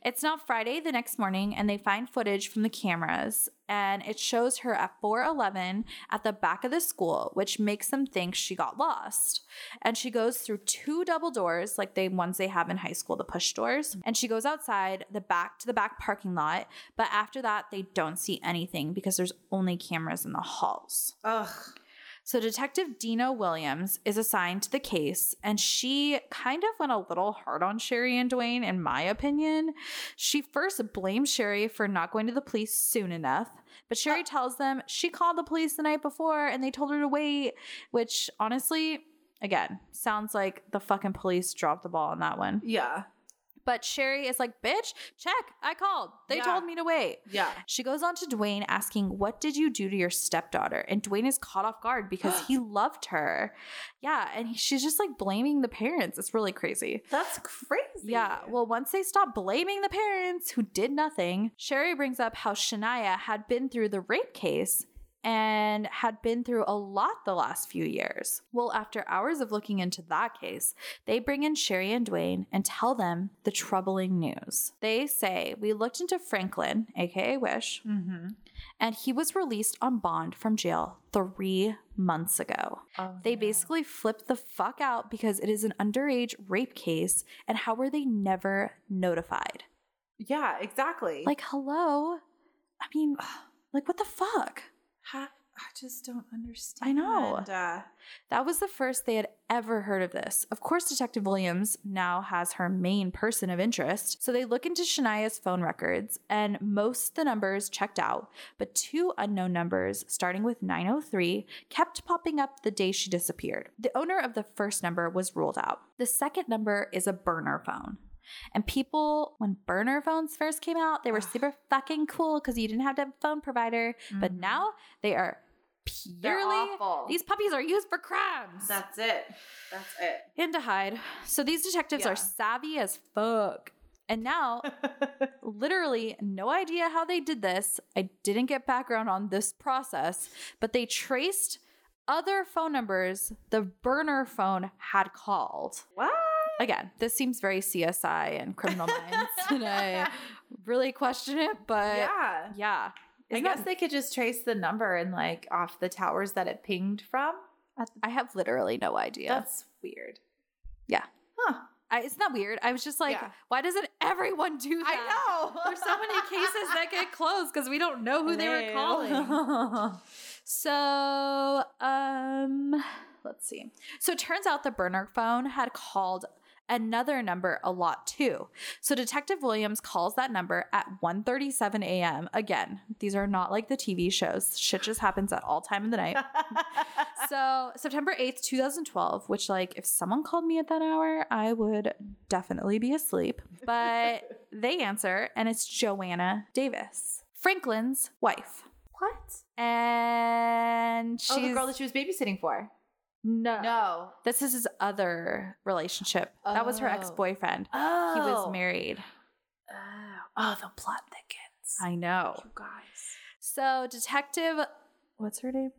Speaker 1: It's now Friday the next morning, and they find footage from the cameras, and it shows her at 411 at the back of the school, which makes them think she got lost. And she goes through two double doors, like the ones they have in high school, the push doors, and she goes outside the back to the back parking lot. But after that, they don't see anything because there's only cameras in the halls.
Speaker 2: Ugh.
Speaker 1: So, Detective Dina Williams is assigned to the case, and she kind of went a little hard on Sherry and Dwayne, in my opinion. She first blames Sherry for not going to the police soon enough, but Sherry tells them she called the police the night before and they told her to wait, which honestly, again, sounds like the fucking police dropped the ball on that one.
Speaker 2: Yeah.
Speaker 1: But Sherry is like, bitch, check, I called. They
Speaker 2: Yeah.
Speaker 1: told me to wait.
Speaker 2: Yeah.
Speaker 1: She goes on to Dwayne asking, What did you do to your stepdaughter? And Dwayne is caught off guard because he loved her. Yeah. And he- she's just like blaming the parents. It's really crazy.
Speaker 2: That's crazy.
Speaker 1: Yeah. Well, once they stop blaming the parents who did nothing, Sherry brings up how Shania had been through the rape case and had been through a lot the last few years. Well, after hours of looking into that case, they bring in Sherry and Dwayne and tell them the troubling news. They say, We looked into Franklin, aka Wish,
Speaker 2: Mm-hmm.
Speaker 1: and he was released on bond from jail three months ago.
Speaker 2: Oh,
Speaker 1: They
Speaker 2: no.
Speaker 1: basically flipped the fuck out because it is an underage rape case, and how were they never notified?
Speaker 2: Yeah, exactly.
Speaker 1: Like, hello? I mean, like, what the fuck?
Speaker 2: Ha- I just don't understand.
Speaker 1: I know.
Speaker 2: Uh,
Speaker 1: That was the first they had ever heard of this. Of course, Detective Williams now has her main person of interest, so they look into Shania's phone records, and most of the numbers checked out, but two unknown numbers, starting with 903, kept popping up the day she disappeared. The owner of the first number was ruled out. The second number is a burner phone. And people, when burner phones first came out, they were
Speaker 2: Ugh.
Speaker 1: super fucking cool because you didn't have to have a phone provider. But
Speaker 2: Mhm.
Speaker 1: now they are
Speaker 2: they're
Speaker 1: purely
Speaker 2: awful.
Speaker 1: these puppies are used for crimes.
Speaker 2: That's it. That's it.
Speaker 1: [laughs] and to hide. So these detectives
Speaker 2: Yeah.
Speaker 1: are savvy as fuck.
Speaker 2: [laughs]
Speaker 1: And now, literally, no idea how they did this. I didn't get background on this process, but they traced other phone numbers the burner phone had called.
Speaker 2: what?
Speaker 1: Again, this seems very CSI and criminal minds.
Speaker 2: [laughs]
Speaker 1: and I really question it, but yeah.
Speaker 2: yeah. I
Speaker 1: Isn't
Speaker 2: guess
Speaker 1: that-
Speaker 2: they could just trace the number and like off the towers that it pinged from.
Speaker 1: I have literally no idea.
Speaker 2: That's weird.
Speaker 1: Yeah.
Speaker 2: Huh.
Speaker 1: I, isn't that weird? I was just like,
Speaker 2: Yeah.
Speaker 1: why doesn't everyone do that?
Speaker 2: know.
Speaker 1: [laughs] There's so many cases that get closed because we don't know who they were calling.
Speaker 2: calling.
Speaker 1: So, um, let's see. So it turns out the burner phone had called another number a lot too. So Detective Williams calls that number at 1:37 a.m. Again, these are not like the TV shows. Shit just happens at all time of the night. so September 8th, 2012, which like if someone called me at that hour, I would definitely be asleep. But
Speaker 2: [laughs]
Speaker 1: they answer and it's Joanna Davis, Franklin's wife.
Speaker 2: [laughs] what?
Speaker 1: And she's
Speaker 2: oh, the girl that she was babysitting for.
Speaker 1: no.
Speaker 2: No.
Speaker 1: This is his other relationship. That was her
Speaker 2: Oh.
Speaker 1: ex-boyfriend.
Speaker 2: Oh.
Speaker 1: He was married.
Speaker 2: Oh, oh the plot thickens.
Speaker 1: I know.
Speaker 2: you guys.
Speaker 1: So, Detective what's her name?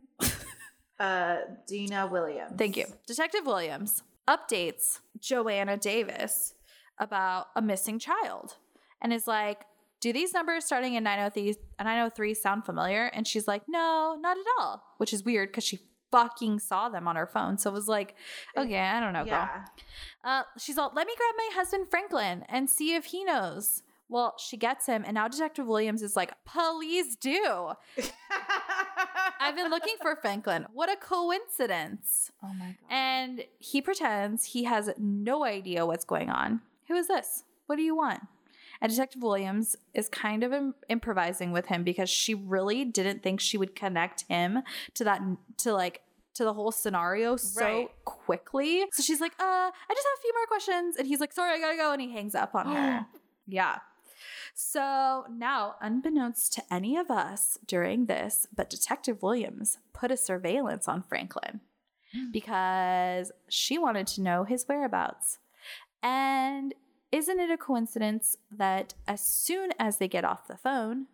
Speaker 2: Uh, Dina Williams.
Speaker 1: Thank you. Detective Williams updates Joanna Davis about a missing child and is like, Do these numbers starting in 903, 903 sound familiar? And she's like, No, not at all, which is weird because she fucking saw them on her phone. So it was like, Okay, I don't know,
Speaker 2: [laughs]
Speaker 1: girl.
Speaker 2: Yeah.
Speaker 1: Uh, she's all, Let me grab my husband Franklin and see if he knows. Well, she gets him, and now Detective Williams is like, Please do. I've been looking for Franklin. What a coincidence.
Speaker 2: Oh my god.
Speaker 1: And he pretends he has no idea what's going on. Who is this? What do you want? And Detective Williams is kind of Im- improvising with him because she really didn't think she would connect him to that to like to the whole scenario so
Speaker 2: Right.
Speaker 1: quickly. So she's like, "Uh, I just have a few more questions." And he's like, "Sorry, I got to go." And he hangs up on her. Yeah. So now, unbeknownst to any of us during this, but Detective Williams put a surveillance on Franklin because she wanted to know his whereabouts. And isn't it a coincidence that as soon as they get off the phone,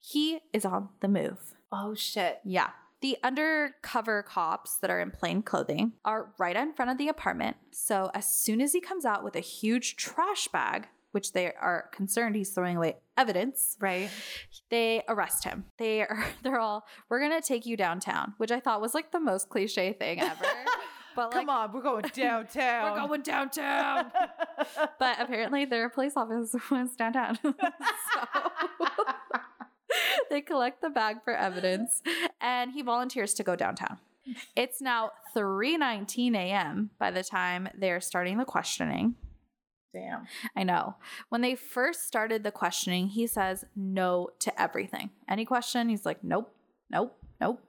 Speaker 1: he is on the move?
Speaker 2: oh shit.
Speaker 1: Yeah. The undercover cops that are in plain clothing are right in front of the apartment. So as soon as he comes out with a huge trash bag, which they are concerned he's throwing away evidence,
Speaker 2: Right.
Speaker 1: they arrest him. They are [laughs] they're all, we're gonna take you downtown, which I thought was like the most cliche thing [laughs] ever. but like
Speaker 2: Come on, we're
Speaker 1: [laughs]
Speaker 2: going downtown.
Speaker 1: we're
Speaker 2: [laughs]
Speaker 1: going downtown. [laughs] but apparently their police office [laughs] was downtown. so they collect the bag for evidence and he volunteers to go downtown. It's now 3:19 a.m. by the time they're starting the questioning.
Speaker 2: Damn.
Speaker 1: I know. When they first started the questioning, he says no to everything. Any question, he's like, nope, nope, nope.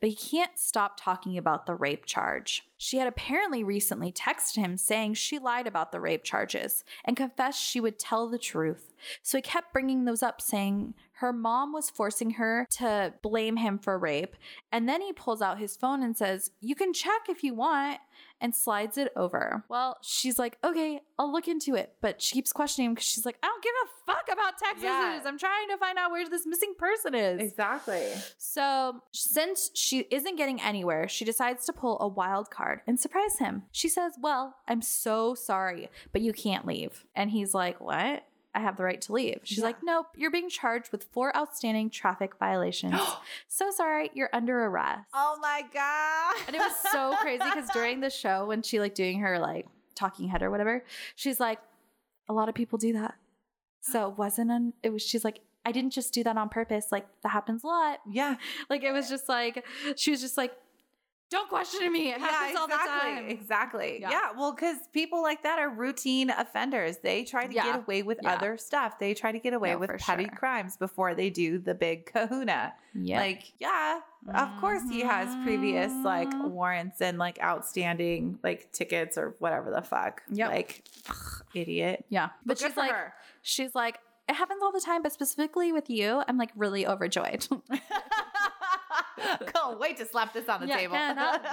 Speaker 1: But he can't stop talking about the rape charge. She had apparently recently texted him saying she lied about the rape charges and confessed she would tell the truth. So he kept bringing those up, saying her mom was forcing her to blame him for rape. And then he pulls out his phone and says, You can check if you want and slides it over. Well, she's like, okay, I'll look into it. But she keeps questioning him because she's like, I don't give a fuck about text
Speaker 2: Yeah.
Speaker 1: messages. I'm trying to find out where this missing person is.
Speaker 2: Exactly. [gasps]
Speaker 1: [gasps] So, since she isn't getting anywhere, she decides to pull a wild card and surprise him. She says, Well, I'm so sorry, but you can't leave. And he's like, What? I have the right to leave. She's
Speaker 2: Yeah.
Speaker 1: like, Nope, you're being charged with four outstanding traffic
Speaker 2: [gasps]
Speaker 1: violations. so sorry, you're under arrest.
Speaker 2: Oh my god.
Speaker 1: And it was
Speaker 2: [laughs]
Speaker 1: [laughs] so crazy because during the show, when she like doing her like talking head or whatever, she's like, a lot of people do that. So it wasn't an it was she's like, I didn't just do that on purpose. Like that happens a lot.
Speaker 2: Yeah.
Speaker 1: Like it was just like she was just like, Don't question me. It happens all
Speaker 2: exactly.
Speaker 1: the time.
Speaker 2: Exactly.
Speaker 1: Yeah.
Speaker 2: Yeah. Well, because people like that are routine offenders. They try to
Speaker 1: Yeah.
Speaker 2: get away with
Speaker 1: Yeah.
Speaker 2: other stuff. They try to get away
Speaker 1: No,
Speaker 2: with
Speaker 1: for
Speaker 2: petty
Speaker 1: sure.
Speaker 2: crimes before they do the big kahuna.
Speaker 1: Yeah.
Speaker 2: Like, yeah, of course he has previous like
Speaker 1: Mhm.
Speaker 2: warrants and like outstanding like tickets or whatever the fuck.
Speaker 1: Yep.
Speaker 2: Like, ugh, idiot.
Speaker 1: yeah. But,
Speaker 2: good
Speaker 1: she's
Speaker 2: for
Speaker 1: like
Speaker 2: her. [laughs]
Speaker 1: she's like, it happens all the time, but specifically with you, I'm like
Speaker 2: [laughs]
Speaker 1: really overjoyed.
Speaker 2: Can't wait to slap this on the
Speaker 1: Yeah,
Speaker 2: table.
Speaker 1: cannot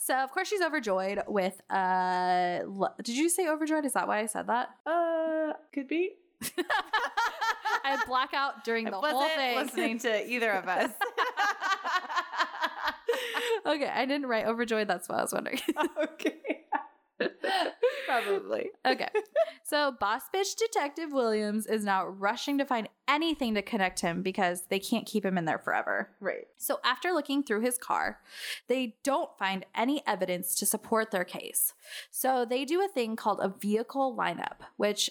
Speaker 1: so of course she's overjoyed with uh lo- did you say overjoyed? Is that why I said that?
Speaker 2: [laughs] uh, could be.
Speaker 1: I black out during the
Speaker 2: I
Speaker 1: whole
Speaker 2: wasn't
Speaker 1: thing.
Speaker 2: listening to either of us.
Speaker 1: [laughs] okay, I didn't write overjoyed. That's what I
Speaker 2: [laughs]
Speaker 1: was wondering.
Speaker 2: okay. [laughs] Probably.
Speaker 1: okay. So, boss bitch detective Williams is now rushing to find anything to connect him because they can't keep him in there forever.
Speaker 2: Right.
Speaker 1: So, after looking through his car, they don't find any evidence to support their case. So, they do a thing called a vehicle lineup, which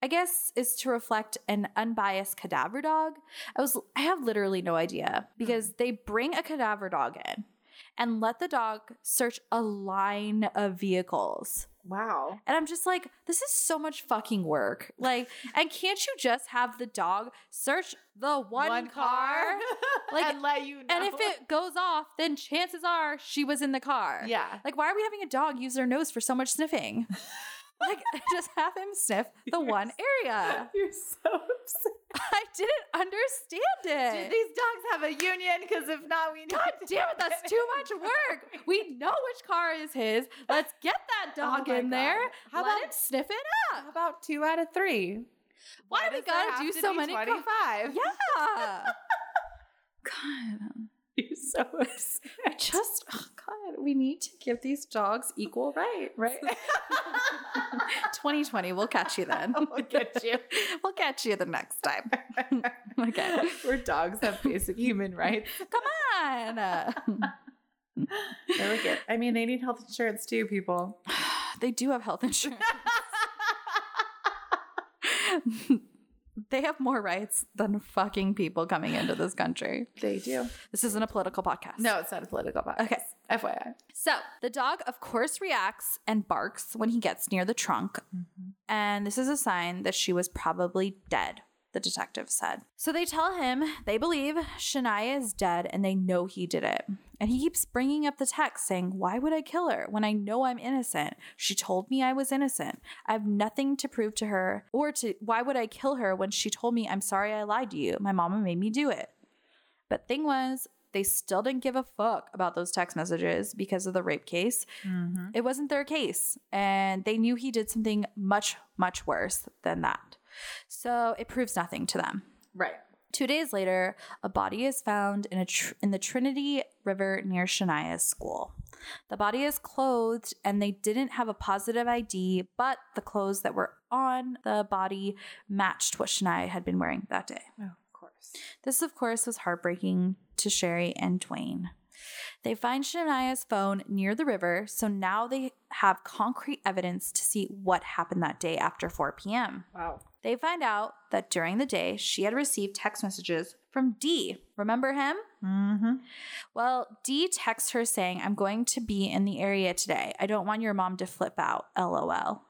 Speaker 1: I guess is to reflect an unbiased cadaver dog. I was I have literally no idea because they bring a cadaver dog in and let the dog search a line of vehicles.
Speaker 2: Wow.
Speaker 1: And I'm just like, this is so much fucking work. Like, and can't you just have the dog search the
Speaker 2: [laughs]
Speaker 1: one, car? [laughs] Like-
Speaker 2: and let you know.
Speaker 1: And if it goes off, then chances are she was in the car.
Speaker 2: [laughs]
Speaker 1: [laughs]
Speaker 2: yeah.
Speaker 1: Like, why are we having a dog use their nose for so much [laughs] sniffing? like, just have him sniff the
Speaker 2: You're
Speaker 1: one area.
Speaker 2: You're so upset.
Speaker 1: I didn't understand
Speaker 2: Do
Speaker 1: it.
Speaker 2: these dogs have a union? Because if not, we need
Speaker 1: God damn it,
Speaker 2: [laughs]
Speaker 1: that's too [laughs] much work. We know which car is his. Let's get that
Speaker 2: Oh
Speaker 1: dog
Speaker 2: my
Speaker 1: in there.
Speaker 2: God. How
Speaker 1: Let
Speaker 2: about-
Speaker 1: him sniff it
Speaker 2: How about two out of three?
Speaker 1: Why
Speaker 2: do
Speaker 1: we gotta do so many?
Speaker 2: Twenty
Speaker 1: Co- [laughs]
Speaker 2: five.
Speaker 1: yeah. God,
Speaker 2: You're so upset.
Speaker 1: just oh God, we need to give these dogs equal rights.
Speaker 2: Right.
Speaker 1: 2020, we'll catch you [laughs] then.
Speaker 2: [laughs] We'll get you.
Speaker 1: we'll catch you the next time.
Speaker 2: [laughs]
Speaker 1: Okay,
Speaker 2: Where dogs have basic human rights.
Speaker 1: come on.
Speaker 2: They look it. I mean, they need health insurance too, people.
Speaker 1: [laughs] they do have health insurance. [laughs] they have more rights than fucking people coming into this country.
Speaker 2: They do.
Speaker 1: This isn't a political podcast.
Speaker 2: No, it's not a political podcast.
Speaker 1: Okay.
Speaker 2: FYI.
Speaker 1: So the dog, of course, reacts and barks when he gets near the trunk. And this is a sign that she was probably dead, the detective said. So they tell him they believe Shania is dead and they know he did it. And he keeps bringing up the text saying, Why would I kill her when I know I'm innocent? She told me I was innocent. I have nothing to prove to her or to why would I kill her when she told me I'm sorry I lied to you? My mama made me do it. But thing was, they still didn't give a fuck about those text messages because of the rape case.
Speaker 2: Mm-hmm.
Speaker 1: It wasn't their case. And they knew he did something much, much worse than that. So it proves nothing to them.
Speaker 2: Right.
Speaker 1: Two days later, a body is found in a tr- in the Trinity River near Shania's school. The body is clothed, and they didn't have a positive ID, but the clothes that were on the body matched what Shania had been wearing that day.
Speaker 2: Oh, of course.
Speaker 1: This, of course, was heartbreaking to Sherry and Dwayne. They find Shania's phone near the river, so now they have concrete evidence to see what happened that day after 4 p.m.
Speaker 2: Wow.
Speaker 1: They find out that during the day, she had received text messages from D. Remember him?
Speaker 2: Mm-hmm.
Speaker 1: Well, D texts her saying, I'm going to be in the area today. I don't want your mom to flip out. LOL.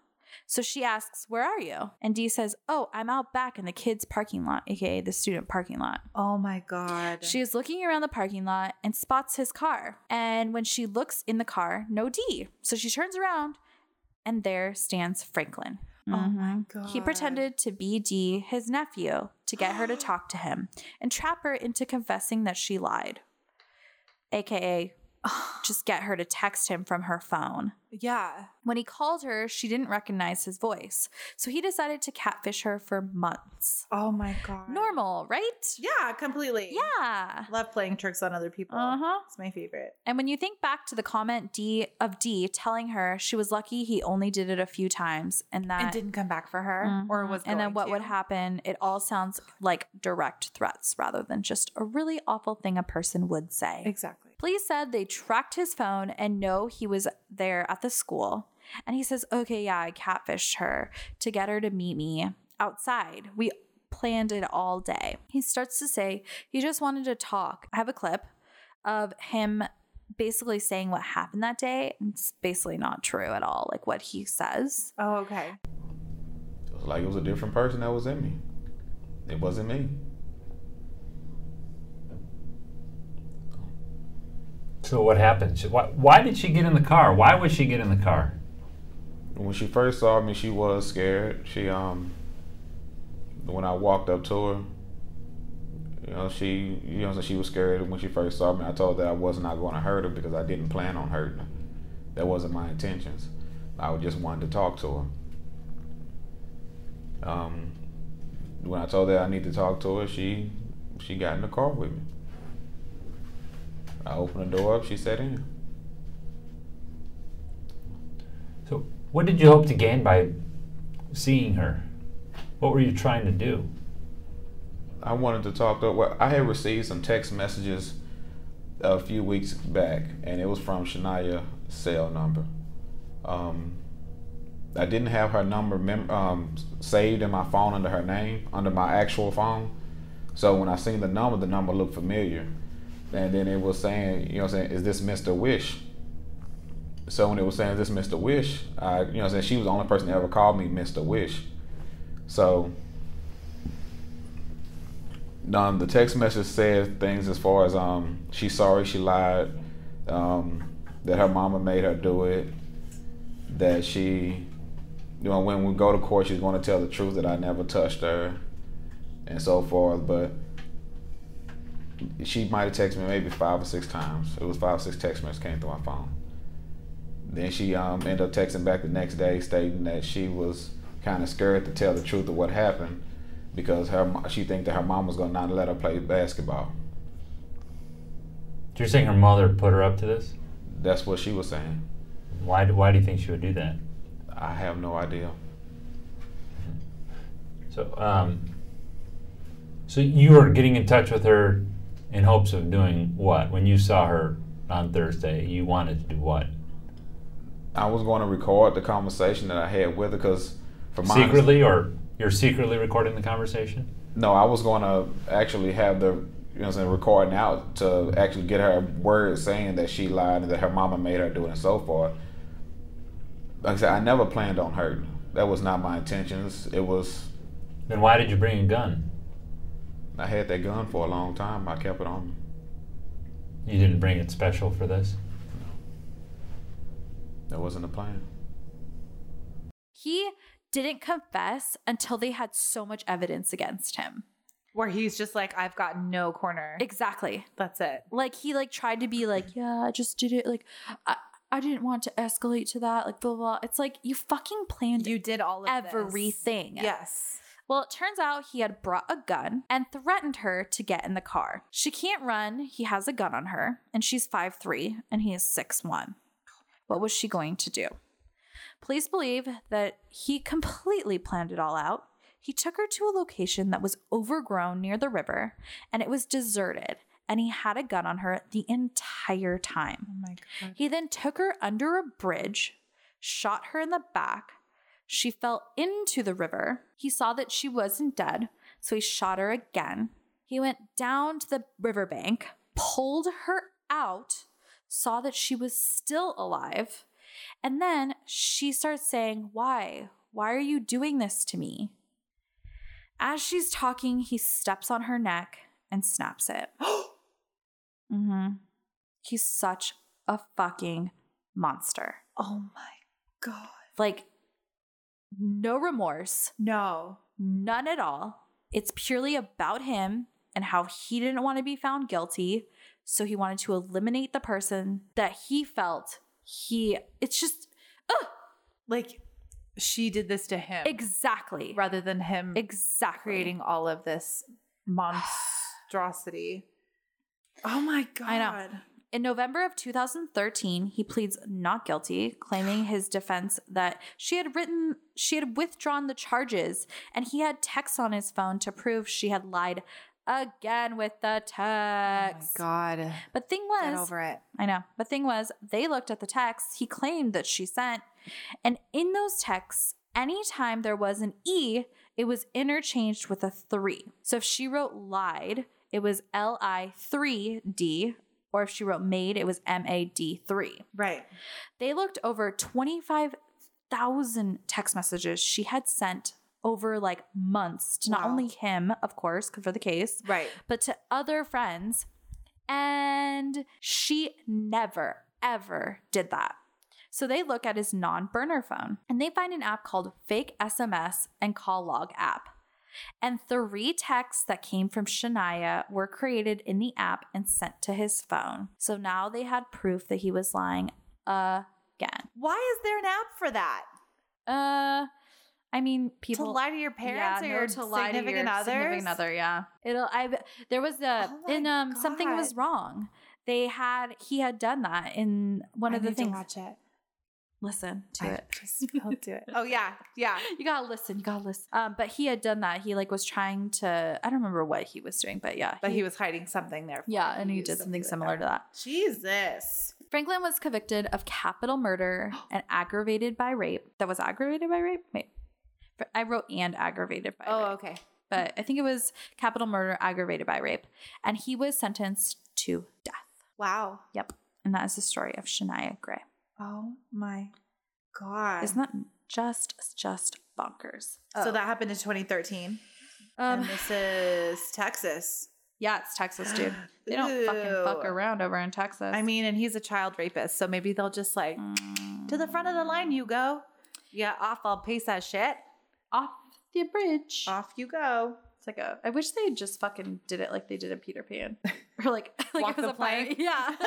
Speaker 1: So she asks, Where are you? And D says, Oh, I'm out back in the kids' parking lot, aka the student parking lot.
Speaker 2: Oh my god.
Speaker 1: She is looking around the parking lot and spots his car. And when she looks in the car, no D. So she turns around and there stands Franklin.
Speaker 2: Oh
Speaker 1: Mhm.
Speaker 2: my god.
Speaker 1: He pretended to be D, his nephew, to
Speaker 2: [gasps]
Speaker 1: get her to talk to him and trap her into confessing that she lied.
Speaker 2: [sighs]
Speaker 1: AKA, just get her to text him from her phone.
Speaker 2: Yeah.
Speaker 1: When he called her, she didn't recognize his voice. So he decided to catfish her for months.
Speaker 2: Oh my god.
Speaker 1: Normal, right?
Speaker 2: Yeah, Uh-huh. completely.
Speaker 1: Yeah.
Speaker 2: Love playing tricks on other people.
Speaker 1: Uh huh.
Speaker 2: It's my favorite.
Speaker 1: And when you think back to the comment D of D telling her she was lucky he only did it a few times and that
Speaker 2: and didn't come back for her, or
Speaker 1: Mhm.
Speaker 2: was
Speaker 1: and then
Speaker 2: going
Speaker 1: what
Speaker 2: to.
Speaker 1: would happen it all sounds like direct threats rather than just a really awful thing a person would say
Speaker 2: Exactly.
Speaker 1: police said they tracked his phone and know he was there at the school and he says okay yeah i catfished her to get her to meet me outside we planned it all day he starts to say he just wanted to talk i have a clip of him basically saying what happened that day it's basically not true at all like what he says
Speaker 2: Oh, okay.
Speaker 3: It was like it was a different person that was in me. It wasn't me.
Speaker 4: So what happened? She- Why, why did she get in the car? Why would she get in the car?
Speaker 3: When she first saw me, she was scared. She um when I walked up to her, you know, she you know she was scared when she first saw me. I told her that I was not going to hurt her because I didn't plan on hurting her. That wasn't my intentions. I just wanted to talk to her. Um when I told her I need to talk to her, she she got in the car with me. I opened the door up, she sat in.
Speaker 4: So what did you hope to gain by seeing her? What were you trying to do?
Speaker 3: I wanted to talk to. Well, I had received some text messages a few weeks back, and it was from Shania's cell number. Um, I didn't have her number mem- um, saved in my phone under her name, under my actual phone. So when I seen the number, the number looked familiar, and then it was saying, you know, what I'm saying, is this Mr. Wish? So when it was saying, is this Mr. Wish? I, you know, what I'm saying she was the only person that ever called me Mr. Wish. So um, the text message said things as far as um, she's sorry she lied, um, that her mama made her do it, that she, you know, when we go to court, she's going to tell the truth that I never touched her, and so forth. But she might have texted me maybe five or six times. It was five or six text messages came through my phone. Then she um, ended up texting back the next day, stating that she was kind of scared to tell the truth of what happened because her mo- she think that her mom was gonna not let her play basketball.
Speaker 4: You're saying her mother put her up to this?
Speaker 3: That's what she was saying.
Speaker 4: Why, do- why do you think she would do that?
Speaker 3: I have no idea.
Speaker 4: So, um, so you were getting in touch with her in hopes of doing what? When you saw her on Thursday, you wanted to do what?
Speaker 3: I was going to record the conversation that I had with her because for my
Speaker 4: Secretly, or you're secretly recording the conversation?
Speaker 3: no, I was going to actually have the you know what I'm saying recording out to actually get her words saying that she lied and that her mama made her do it and so forth. Like I said, I never planned on hurting. her. That was not my intentions. It was
Speaker 4: Then why did you bring a gun?
Speaker 3: I had that gun for a long time. I kept it on me.
Speaker 4: You didn't bring it special for this?
Speaker 3: That wasn't the plan.
Speaker 1: he didn't confess until they had so much evidence against him
Speaker 2: Where he's just like, I've got no corner.
Speaker 1: exactly
Speaker 2: That's it.
Speaker 1: like he like tried to be like yeah i just did it like i, I didn't want to escalate to that like blah blah it's like you fucking planned
Speaker 2: You did all of this.
Speaker 1: everything
Speaker 2: Yes.
Speaker 1: Well, it turns out he had brought a gun and threatened her to get in the car. She can't run, he has a gun on her, and she's 5'3 and he is 6'1. What was she going to do? Police believe that he completely planned it all out. He took her to a location that was overgrown near the river and it was deserted, and he had a gun on her the entire time.
Speaker 2: Oh my god.
Speaker 1: He then took her under a bridge, shot her in the back. She fell into the river. He saw that she wasn't dead, so he shot her again. He went down to the riverbank, pulled her out, saw that she was still alive, and then she starts saying, Why? Why are you doing this to me? As she's talking, he steps on her neck and snaps it. [gasps] hmm He's such a fucking monster.
Speaker 2: Oh my god.
Speaker 1: Like, no remorse,
Speaker 2: No.
Speaker 1: none at all. It's purely about him and how he didn't want to be found guilty. So he wanted to eliminate the person that he felt he, it's just
Speaker 2: Like she did this to him
Speaker 1: exactly,
Speaker 2: rather than him
Speaker 1: exactly.
Speaker 2: creating all of this monstrosity. [sighs] Oh my god.
Speaker 1: I know. In November of 2013, he pleads not guilty, claiming his defense that she had written she had withdrawn the charges and he had texts on his phone to prove she had lied again with the text.
Speaker 2: Oh god.
Speaker 1: But thing
Speaker 2: Get
Speaker 1: was,
Speaker 2: over it.
Speaker 1: I know. But thing was, they looked at the texts he claimed that she sent, and in those texts, anytime there was an e, it was interchanged with a three. So if she wrote lied, it was L I three D, or if she wrote made, it was M A D three.
Speaker 2: Right.
Speaker 1: They looked over twenty five thousand text messages she had sent over like months to not
Speaker 2: Wow.
Speaker 1: only him, of course, for the case,
Speaker 2: Right.
Speaker 1: but to other friends. And she never, ever did that. So they look at his non burner phone and they find an app called Fake SMS and Call Log app. And three texts that came from Shania were created in the app and sent to his phone. So now they had proof that he was lying again.
Speaker 2: Why is there an app for that?
Speaker 1: Uh, I mean, people
Speaker 2: to lie to your parents
Speaker 1: Yeah,
Speaker 2: or
Speaker 1: no,
Speaker 2: your
Speaker 1: to
Speaker 2: significant,
Speaker 1: lie to your
Speaker 2: others?
Speaker 1: significant other. Yeah, it'll. I there was a
Speaker 2: Oh my
Speaker 1: in um something was
Speaker 2: God.
Speaker 1: wrong. They had he had done that in one
Speaker 2: I
Speaker 1: of the
Speaker 2: need to
Speaker 1: things.
Speaker 2: watch it.
Speaker 1: Listen to
Speaker 2: I
Speaker 1: it.
Speaker 2: Just will do [laughs] it. Oh yeah, yeah.
Speaker 1: You gotta listen. You gotta listen. Um, but he had done that. He like was trying to. I don't remember what he was doing, but yeah,
Speaker 2: But he was hiding something there.
Speaker 1: yeah, and he did something similar to that.
Speaker 2: Jesus.
Speaker 1: Franklin was convicted of capital murder [gasps] and aggravated by rape. That was aggravated by rape. Wait, Fr- I wrote and aggravated by. rape.
Speaker 2: Oh, okay.
Speaker 1: but I think it was capital murder aggravated by rape. And he was sentenced to death.
Speaker 2: Wow.
Speaker 1: Yep. And that is the story of Shania Gray.
Speaker 2: Oh my god.
Speaker 1: Isn't that just just bonkers?
Speaker 2: so that happened in 2013,
Speaker 1: um
Speaker 2: and this is Texas.
Speaker 1: yeah, it's Texas, dude. [sighs] They don't fucking fuck
Speaker 2: Ew.
Speaker 1: around over in Texas.
Speaker 2: I mean, and he's a child rapist, so maybe they'll just like
Speaker 1: Mm.
Speaker 2: to the front of the line you go. Yeah, awful piece of shit.
Speaker 1: off the bridge.
Speaker 2: Off you
Speaker 1: [laughs]
Speaker 2: go.
Speaker 1: It's like a. I wish they had just fucking did it like they did in Peter
Speaker 2: [laughs]
Speaker 1: Pan, or like [laughs] like
Speaker 2: Walk
Speaker 1: it was
Speaker 2: the
Speaker 1: a pirate.
Speaker 2: plank?
Speaker 1: Yeah. [laughs]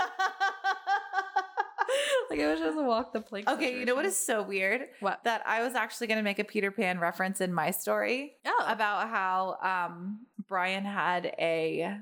Speaker 1: like I wish it was a walk the plank.
Speaker 2: okay, you know what is so weird?
Speaker 1: what?
Speaker 2: That I was actually going to make a Peter Pan reference in my story.
Speaker 1: oh,
Speaker 2: [laughs] about how um Brian had a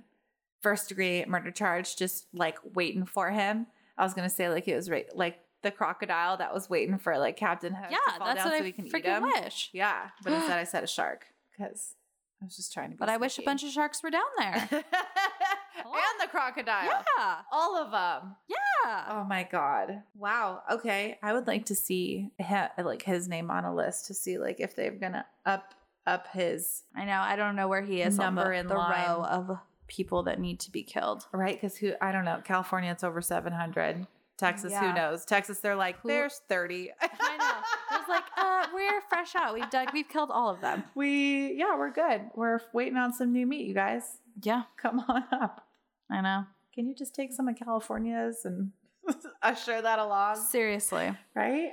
Speaker 2: first degree murder charge just like waiting for him. I was gonna say like it was right like the crocodile that was waiting for like Captain Hook
Speaker 1: yeah,
Speaker 2: to fall
Speaker 1: that's
Speaker 2: down
Speaker 1: what
Speaker 2: so
Speaker 1: I
Speaker 2: we can eat
Speaker 1: freaking
Speaker 2: him.
Speaker 1: wish.
Speaker 2: Yeah, but instead
Speaker 1: [gasps]
Speaker 2: I said a shark because I was just trying to. Be
Speaker 1: But I wish a
Speaker 2: sneaky.
Speaker 1: bunch of sharks were down
Speaker 2: [laughs]
Speaker 1: there.
Speaker 2: and the crocodile.
Speaker 1: yeah.
Speaker 2: All of them.
Speaker 1: Yeah.
Speaker 2: Oh my god. Wow. Okay. I would like to see ha- like his name on a list to see like if they're gonna up up his
Speaker 1: I know. I don't know where he is on
Speaker 2: Number
Speaker 1: the,
Speaker 2: in
Speaker 1: the
Speaker 2: line.
Speaker 1: row of people that need to be killed.
Speaker 2: Right? Because who, I don't know. California, it's over 700. Texas,
Speaker 1: Yeah.
Speaker 2: who knows? Texas, they're like,
Speaker 1: Who-
Speaker 2: there's 30.
Speaker 1: [laughs]
Speaker 2: [laughs]
Speaker 1: I know. It's like, uh, we're fresh out. We've done, we've killed all of them.
Speaker 2: we, yeah, we're good. We're waiting on some new meat, you guys. [laughs]
Speaker 1: Yeah,
Speaker 2: Come on up.
Speaker 1: I know.
Speaker 2: Can you just take some of California's and [laughs] usher that along?
Speaker 1: Seriously.
Speaker 2: Right?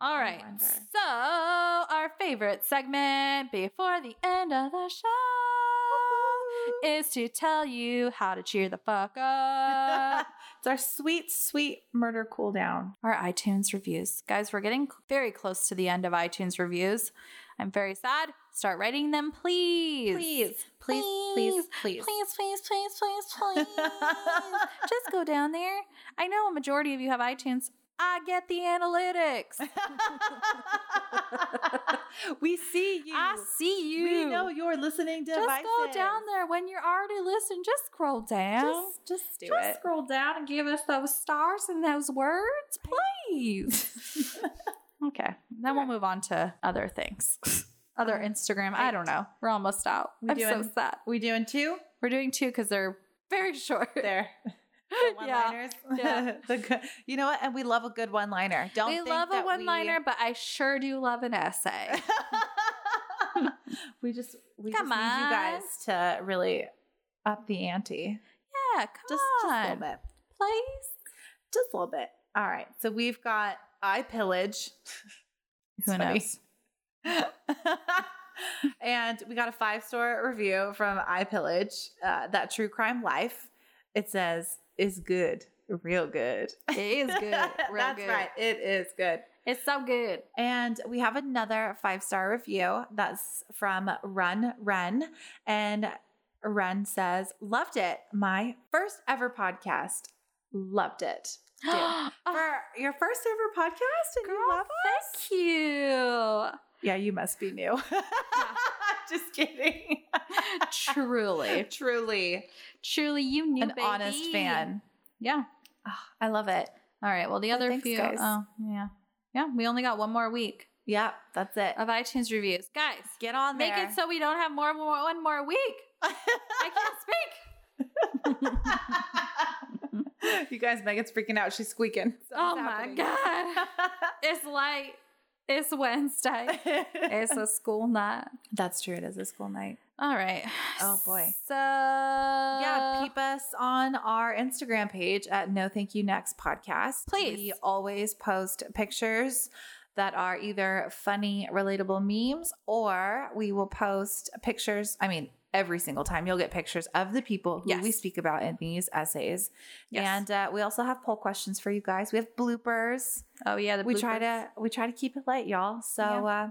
Speaker 1: All right.
Speaker 2: wonder.
Speaker 1: So, our favorite segment before the end of the show is to tell you how to cheer the fuck up. [laughs]
Speaker 2: it's our sweet, sweet murder cool down.
Speaker 1: our iTunes reviews. Guys, we're getting c- very close to the end of iTunes reviews. I'm very sad. Start writing them, please.
Speaker 2: Please, please, please, please.
Speaker 1: Please, please, please, please, please. Just go down there. I know a majority of you have iTunes. I get the analytics.
Speaker 2: [laughs] [laughs] we see you.
Speaker 1: I see you.
Speaker 2: We know you're listening to
Speaker 1: Just go down there when you're already listening. Just scroll down.
Speaker 2: Just, just do
Speaker 1: Just
Speaker 2: it.
Speaker 1: scroll down and give us those stars and those words,
Speaker 2: [laughs]
Speaker 1: please. okay. Then we'll move on to other
Speaker 2: [laughs]
Speaker 1: things. Other Instagram. I don't know. We're almost out.
Speaker 2: Um, We
Speaker 1: I'm so
Speaker 2: doing-
Speaker 1: sad.
Speaker 2: We doing two?
Speaker 1: We're doing two because they're very [laughs] short.
Speaker 2: There.
Speaker 1: yeah.
Speaker 2: One-liners.
Speaker 1: Yeah.
Speaker 2: [laughs] The good- you know what? And we love a good one-liner. Don't
Speaker 1: We
Speaker 2: think
Speaker 1: love a
Speaker 2: that we-
Speaker 1: one liner, but I sure do love an essay.
Speaker 2: [laughs] we just we
Speaker 1: Come
Speaker 2: just need you guys to really up the ante.
Speaker 1: Yeah, come
Speaker 2: [laughs] Just just a
Speaker 1: on.
Speaker 2: little bit.
Speaker 1: Please.
Speaker 2: Just a little bit. All right. So we've got I pillage. [laughs]
Speaker 1: Who
Speaker 2: Sorry.
Speaker 1: knows?
Speaker 2: [laughs] and we got a five star review from I Pillage. Uh, that true crime life. It says is good, real good.
Speaker 1: [laughs] It is
Speaker 2: [laughs]
Speaker 1: good. Real
Speaker 2: That's
Speaker 1: good.
Speaker 2: right. It is good.
Speaker 1: It's so
Speaker 2: [gasps]
Speaker 1: good.
Speaker 2: And we have another five star review that's from Run Run. And Run says, Loved it. My first ever podcast. Loved [gasps] it. Dude, For your first ever podcast and you love us?
Speaker 1: Thank you.
Speaker 2: Yeah, you must be new. [laughs] Just kidding.
Speaker 1: Truly.
Speaker 2: [laughs] Truly
Speaker 1: Truly, you knew
Speaker 2: an honest
Speaker 1: baby.
Speaker 2: fan.
Speaker 1: Yeah.
Speaker 2: Ah, I love it.
Speaker 1: All right. Well, the other
Speaker 2: thanks,
Speaker 1: few.
Speaker 2: guys.
Speaker 1: Oh, yeah. Yeah. We only got one more week
Speaker 2: Yep, that's it.
Speaker 1: of iTunes reviews. Guys,
Speaker 2: Get on
Speaker 1: make
Speaker 2: there.
Speaker 1: it so we don't have more, more one more
Speaker 2: [laughs]
Speaker 1: week. I can't speak.
Speaker 2: [laughs] you guys, Megan's freaking out. She's squeaking. [laughs]
Speaker 1: oh my God. It's late. It's Wednesday.
Speaker 2: God.
Speaker 1: it's a school night.
Speaker 2: That's true. It is a school night.
Speaker 1: All right.
Speaker 2: Oh, boy.
Speaker 1: So
Speaker 2: yeah, peep us on our Instagram page at No Thank You Next Podcast.
Speaker 1: Please.
Speaker 2: We always post pictures that are either funny, relatable memes, or we will post pictures. I mean, every single time you'll get pictures of the people who
Speaker 1: Yes.
Speaker 2: we speak about in these essays.
Speaker 1: Yes.
Speaker 2: And uh, we also have poll questions for you guys. We have bloopers
Speaker 1: oh yeah, the
Speaker 2: we try
Speaker 1: bloopers.
Speaker 2: to we try to keep it light y'all so uh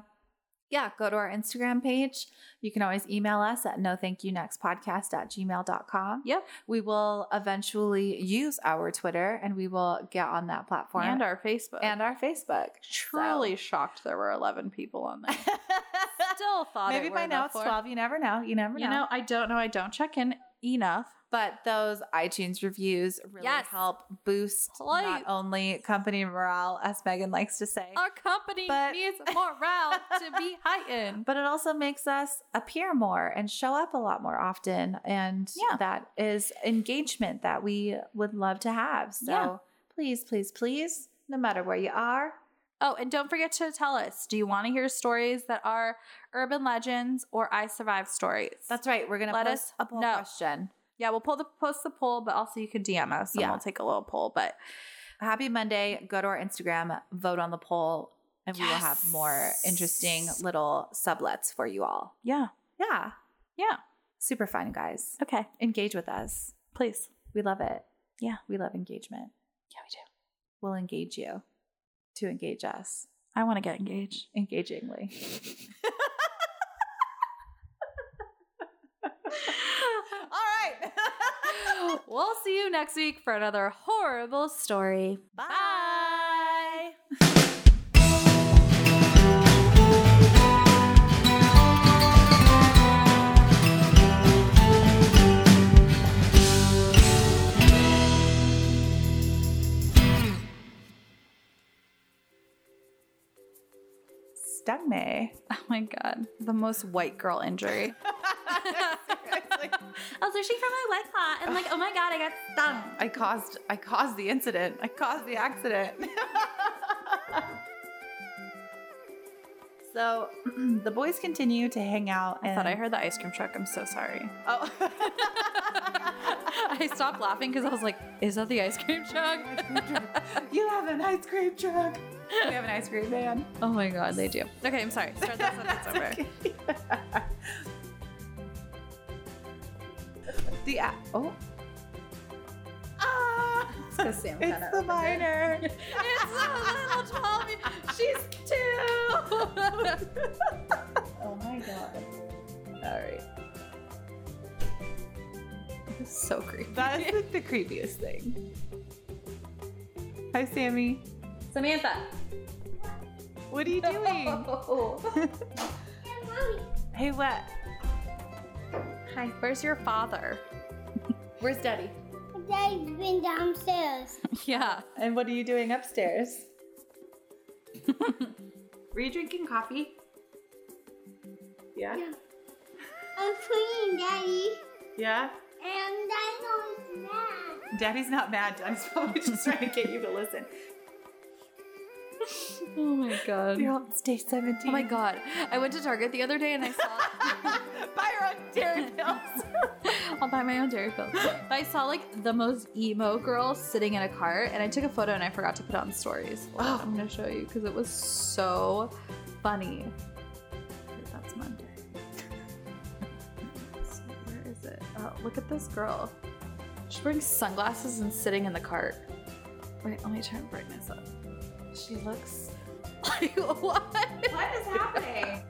Speaker 2: yeah go to our instagram page you can always email us at no thank you next podcast at gmail.com
Speaker 1: Yep.
Speaker 2: we will eventually use our twitter and we will get on that platform
Speaker 1: And our Facebook.
Speaker 2: and our facebook
Speaker 1: truly shocked there were 11 people on
Speaker 2: [laughs]
Speaker 1: there. [laughs] Still thought
Speaker 2: maybe
Speaker 1: it
Speaker 2: by
Speaker 1: were
Speaker 2: now
Speaker 1: enough
Speaker 2: it's
Speaker 1: for-
Speaker 2: 12 you never know you never
Speaker 1: You
Speaker 2: know
Speaker 1: know, I don't know. I don't check in enough.
Speaker 2: but those itunes reviews really
Speaker 1: Yes.
Speaker 2: help boost
Speaker 1: Please.
Speaker 2: not only company morale as megan likes to say
Speaker 1: Our company
Speaker 2: But-
Speaker 1: [laughs] needs morale to be heightened.
Speaker 2: but it also makes us appear more and show up a lot more often and
Speaker 1: Yeah.
Speaker 2: that is engagement that we would love to have so
Speaker 1: Yeah.
Speaker 2: please please please no matter where you are
Speaker 1: Oh, and don't forget to tell us do you want to hear stories that are urban legends or I survived stories?
Speaker 2: that's right we're gonna
Speaker 1: Let
Speaker 2: post
Speaker 1: us
Speaker 2: a poll
Speaker 1: know.
Speaker 2: question
Speaker 1: yeah, we'll pull the post the poll, but also you could DM us and
Speaker 2: Yeah.
Speaker 1: we'll take a little poll. But
Speaker 2: happy monday go to our instagram vote on the poll and we will have
Speaker 1: Yes.
Speaker 2: more interesting little sublets for you all
Speaker 1: yeah,
Speaker 2: yeah
Speaker 1: yeah.
Speaker 2: super fun guys
Speaker 1: Okay,
Speaker 2: engage with us
Speaker 1: please.
Speaker 2: we love it
Speaker 1: Yeah.
Speaker 2: we love engagement
Speaker 1: Yeah, we do.
Speaker 2: we'll engage you to engage us
Speaker 1: I want to get engaged. [laughs]
Speaker 2: engagingly. All right.
Speaker 1: [laughs] we'll see you next week for another horrible story.
Speaker 2: Bye. Stung me.
Speaker 1: Oh my god, the most white girl injury. I was searching for my white claw and like, oh my god, I got stung.
Speaker 2: I caused I caused the incident. I caused the accident. [laughs] so [clears throat] the boys continue to hang out and
Speaker 1: I thought I heard the ice cream truck. I'm so sorry.
Speaker 2: Oh
Speaker 1: [laughs] I stopped laughing because I was like, is that the ice cream truck? [laughs]
Speaker 2: you have an ice cream truck. We have an ice cream van.
Speaker 1: oh my god, they do. Okay, I'm sorry. Start that sentence [laughs] over.
Speaker 2: The a- oh. Ah,
Speaker 1: Because Sam
Speaker 2: it's
Speaker 1: kinda
Speaker 2: the
Speaker 1: opened it. [laughs]
Speaker 2: minor. [laughs] Oh
Speaker 1: It's the little Tommy. She's two. All right. This is [laughs] so creepy.
Speaker 2: That
Speaker 1: [laughs]
Speaker 2: is like the creepiest thing. Hi, Sammy.
Speaker 1: Samantha.
Speaker 2: What are you
Speaker 1: [laughs]
Speaker 2: doing? hey, what?
Speaker 1: Hi. Where's your father? Where's daddy?
Speaker 5: Daddy's been downstairs.
Speaker 1: Yeah.
Speaker 2: And what are you doing
Speaker 1: [laughs]
Speaker 2: upstairs? Were you drinking coffee? Yeah.
Speaker 5: I'm cleaning, Daddy.
Speaker 2: Yeah.
Speaker 5: And Daddy's mad.
Speaker 2: Daddy's not mad. Daddy's probably [laughs] just trying to get you to listen.
Speaker 1: Oh my god.
Speaker 2: You're on stage 17.
Speaker 1: Oh my god. I went to Target the other day and I saw
Speaker 2: Buy your own dairy pills.
Speaker 1: [laughs] I'll buy my own dairy Bill. But I saw like the most emo girl sitting in a cart and I took a photo and I forgot to put it on stories. Hold on, I'm gonna show you because it was so funny. Wait, That's Monday. [laughs] So where is it? Oh, look at this girl. She's wearing sunglasses and sitting in the cart. Wait, let me turn brightness up. She looks [laughs] like what?
Speaker 2: what is happening?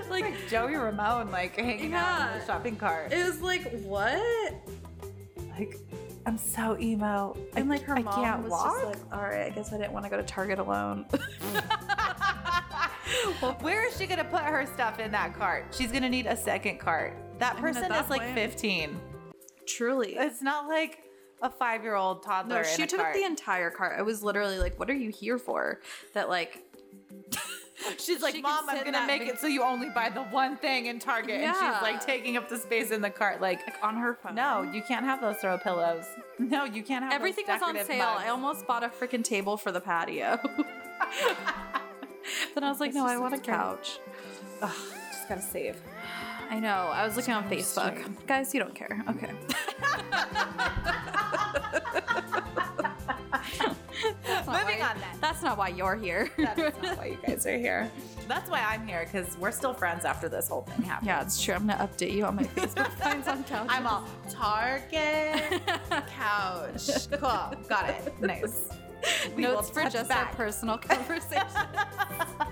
Speaker 1: [laughs] like
Speaker 2: Like Joey Ramone, like hanging out in
Speaker 1: Yeah.
Speaker 2: the shopping cart.
Speaker 1: it was like what?
Speaker 2: like, I'm so emo.
Speaker 1: And like her
Speaker 2: I
Speaker 1: mom
Speaker 2: can't
Speaker 1: was
Speaker 2: walk.
Speaker 1: just like, all right, I guess I didn't want to go to Target alone. [laughs]
Speaker 2: [laughs] Where is she gonna put her stuff in that cart? She's gonna need a second cart. That
Speaker 1: I mean, at
Speaker 2: person
Speaker 1: that
Speaker 2: is like
Speaker 1: point-
Speaker 2: 15.
Speaker 1: Truly.
Speaker 2: It's not like a five-year-old toddler.
Speaker 1: No,
Speaker 2: in
Speaker 1: she
Speaker 2: a
Speaker 1: took
Speaker 2: cart.
Speaker 1: up the entire cart. I was literally like, what are you here for? That like
Speaker 2: She's like,
Speaker 1: She can
Speaker 2: Mom, I'm
Speaker 1: sit
Speaker 2: gonna
Speaker 1: that
Speaker 2: make
Speaker 1: big-
Speaker 2: it so you only buy the one thing in Target. And
Speaker 1: Yeah.
Speaker 2: she's like taking up the space in the cart. Like,
Speaker 1: on her phone.
Speaker 2: no, you can't have those throw pillows. No, you can't have those
Speaker 1: Everything was on
Speaker 2: decorative
Speaker 1: sale.
Speaker 2: mugs.
Speaker 1: I almost bought a freaking table for the patio. [laughs] then I was like, no, I want a couch.
Speaker 2: Just gotta save.
Speaker 1: I know. I was looking on Facebook. Guys, you don't care. Okay. That's not
Speaker 2: Moving
Speaker 1: why-
Speaker 2: on then.
Speaker 1: That's not why you're here. [laughs]
Speaker 2: That's not why you guys are here. [laughs] That's why I'm here because we're still friends after this whole thing happened. [laughs]
Speaker 1: yeah, it's true. I'm gonna update you on my Facebook finds on couch.
Speaker 2: I'm all Target [laughs] couch. Cool, got it. Nice. We will
Speaker 1: Notes for
Speaker 2: touch
Speaker 1: just our
Speaker 2: back.
Speaker 1: [laughs] personal conversation.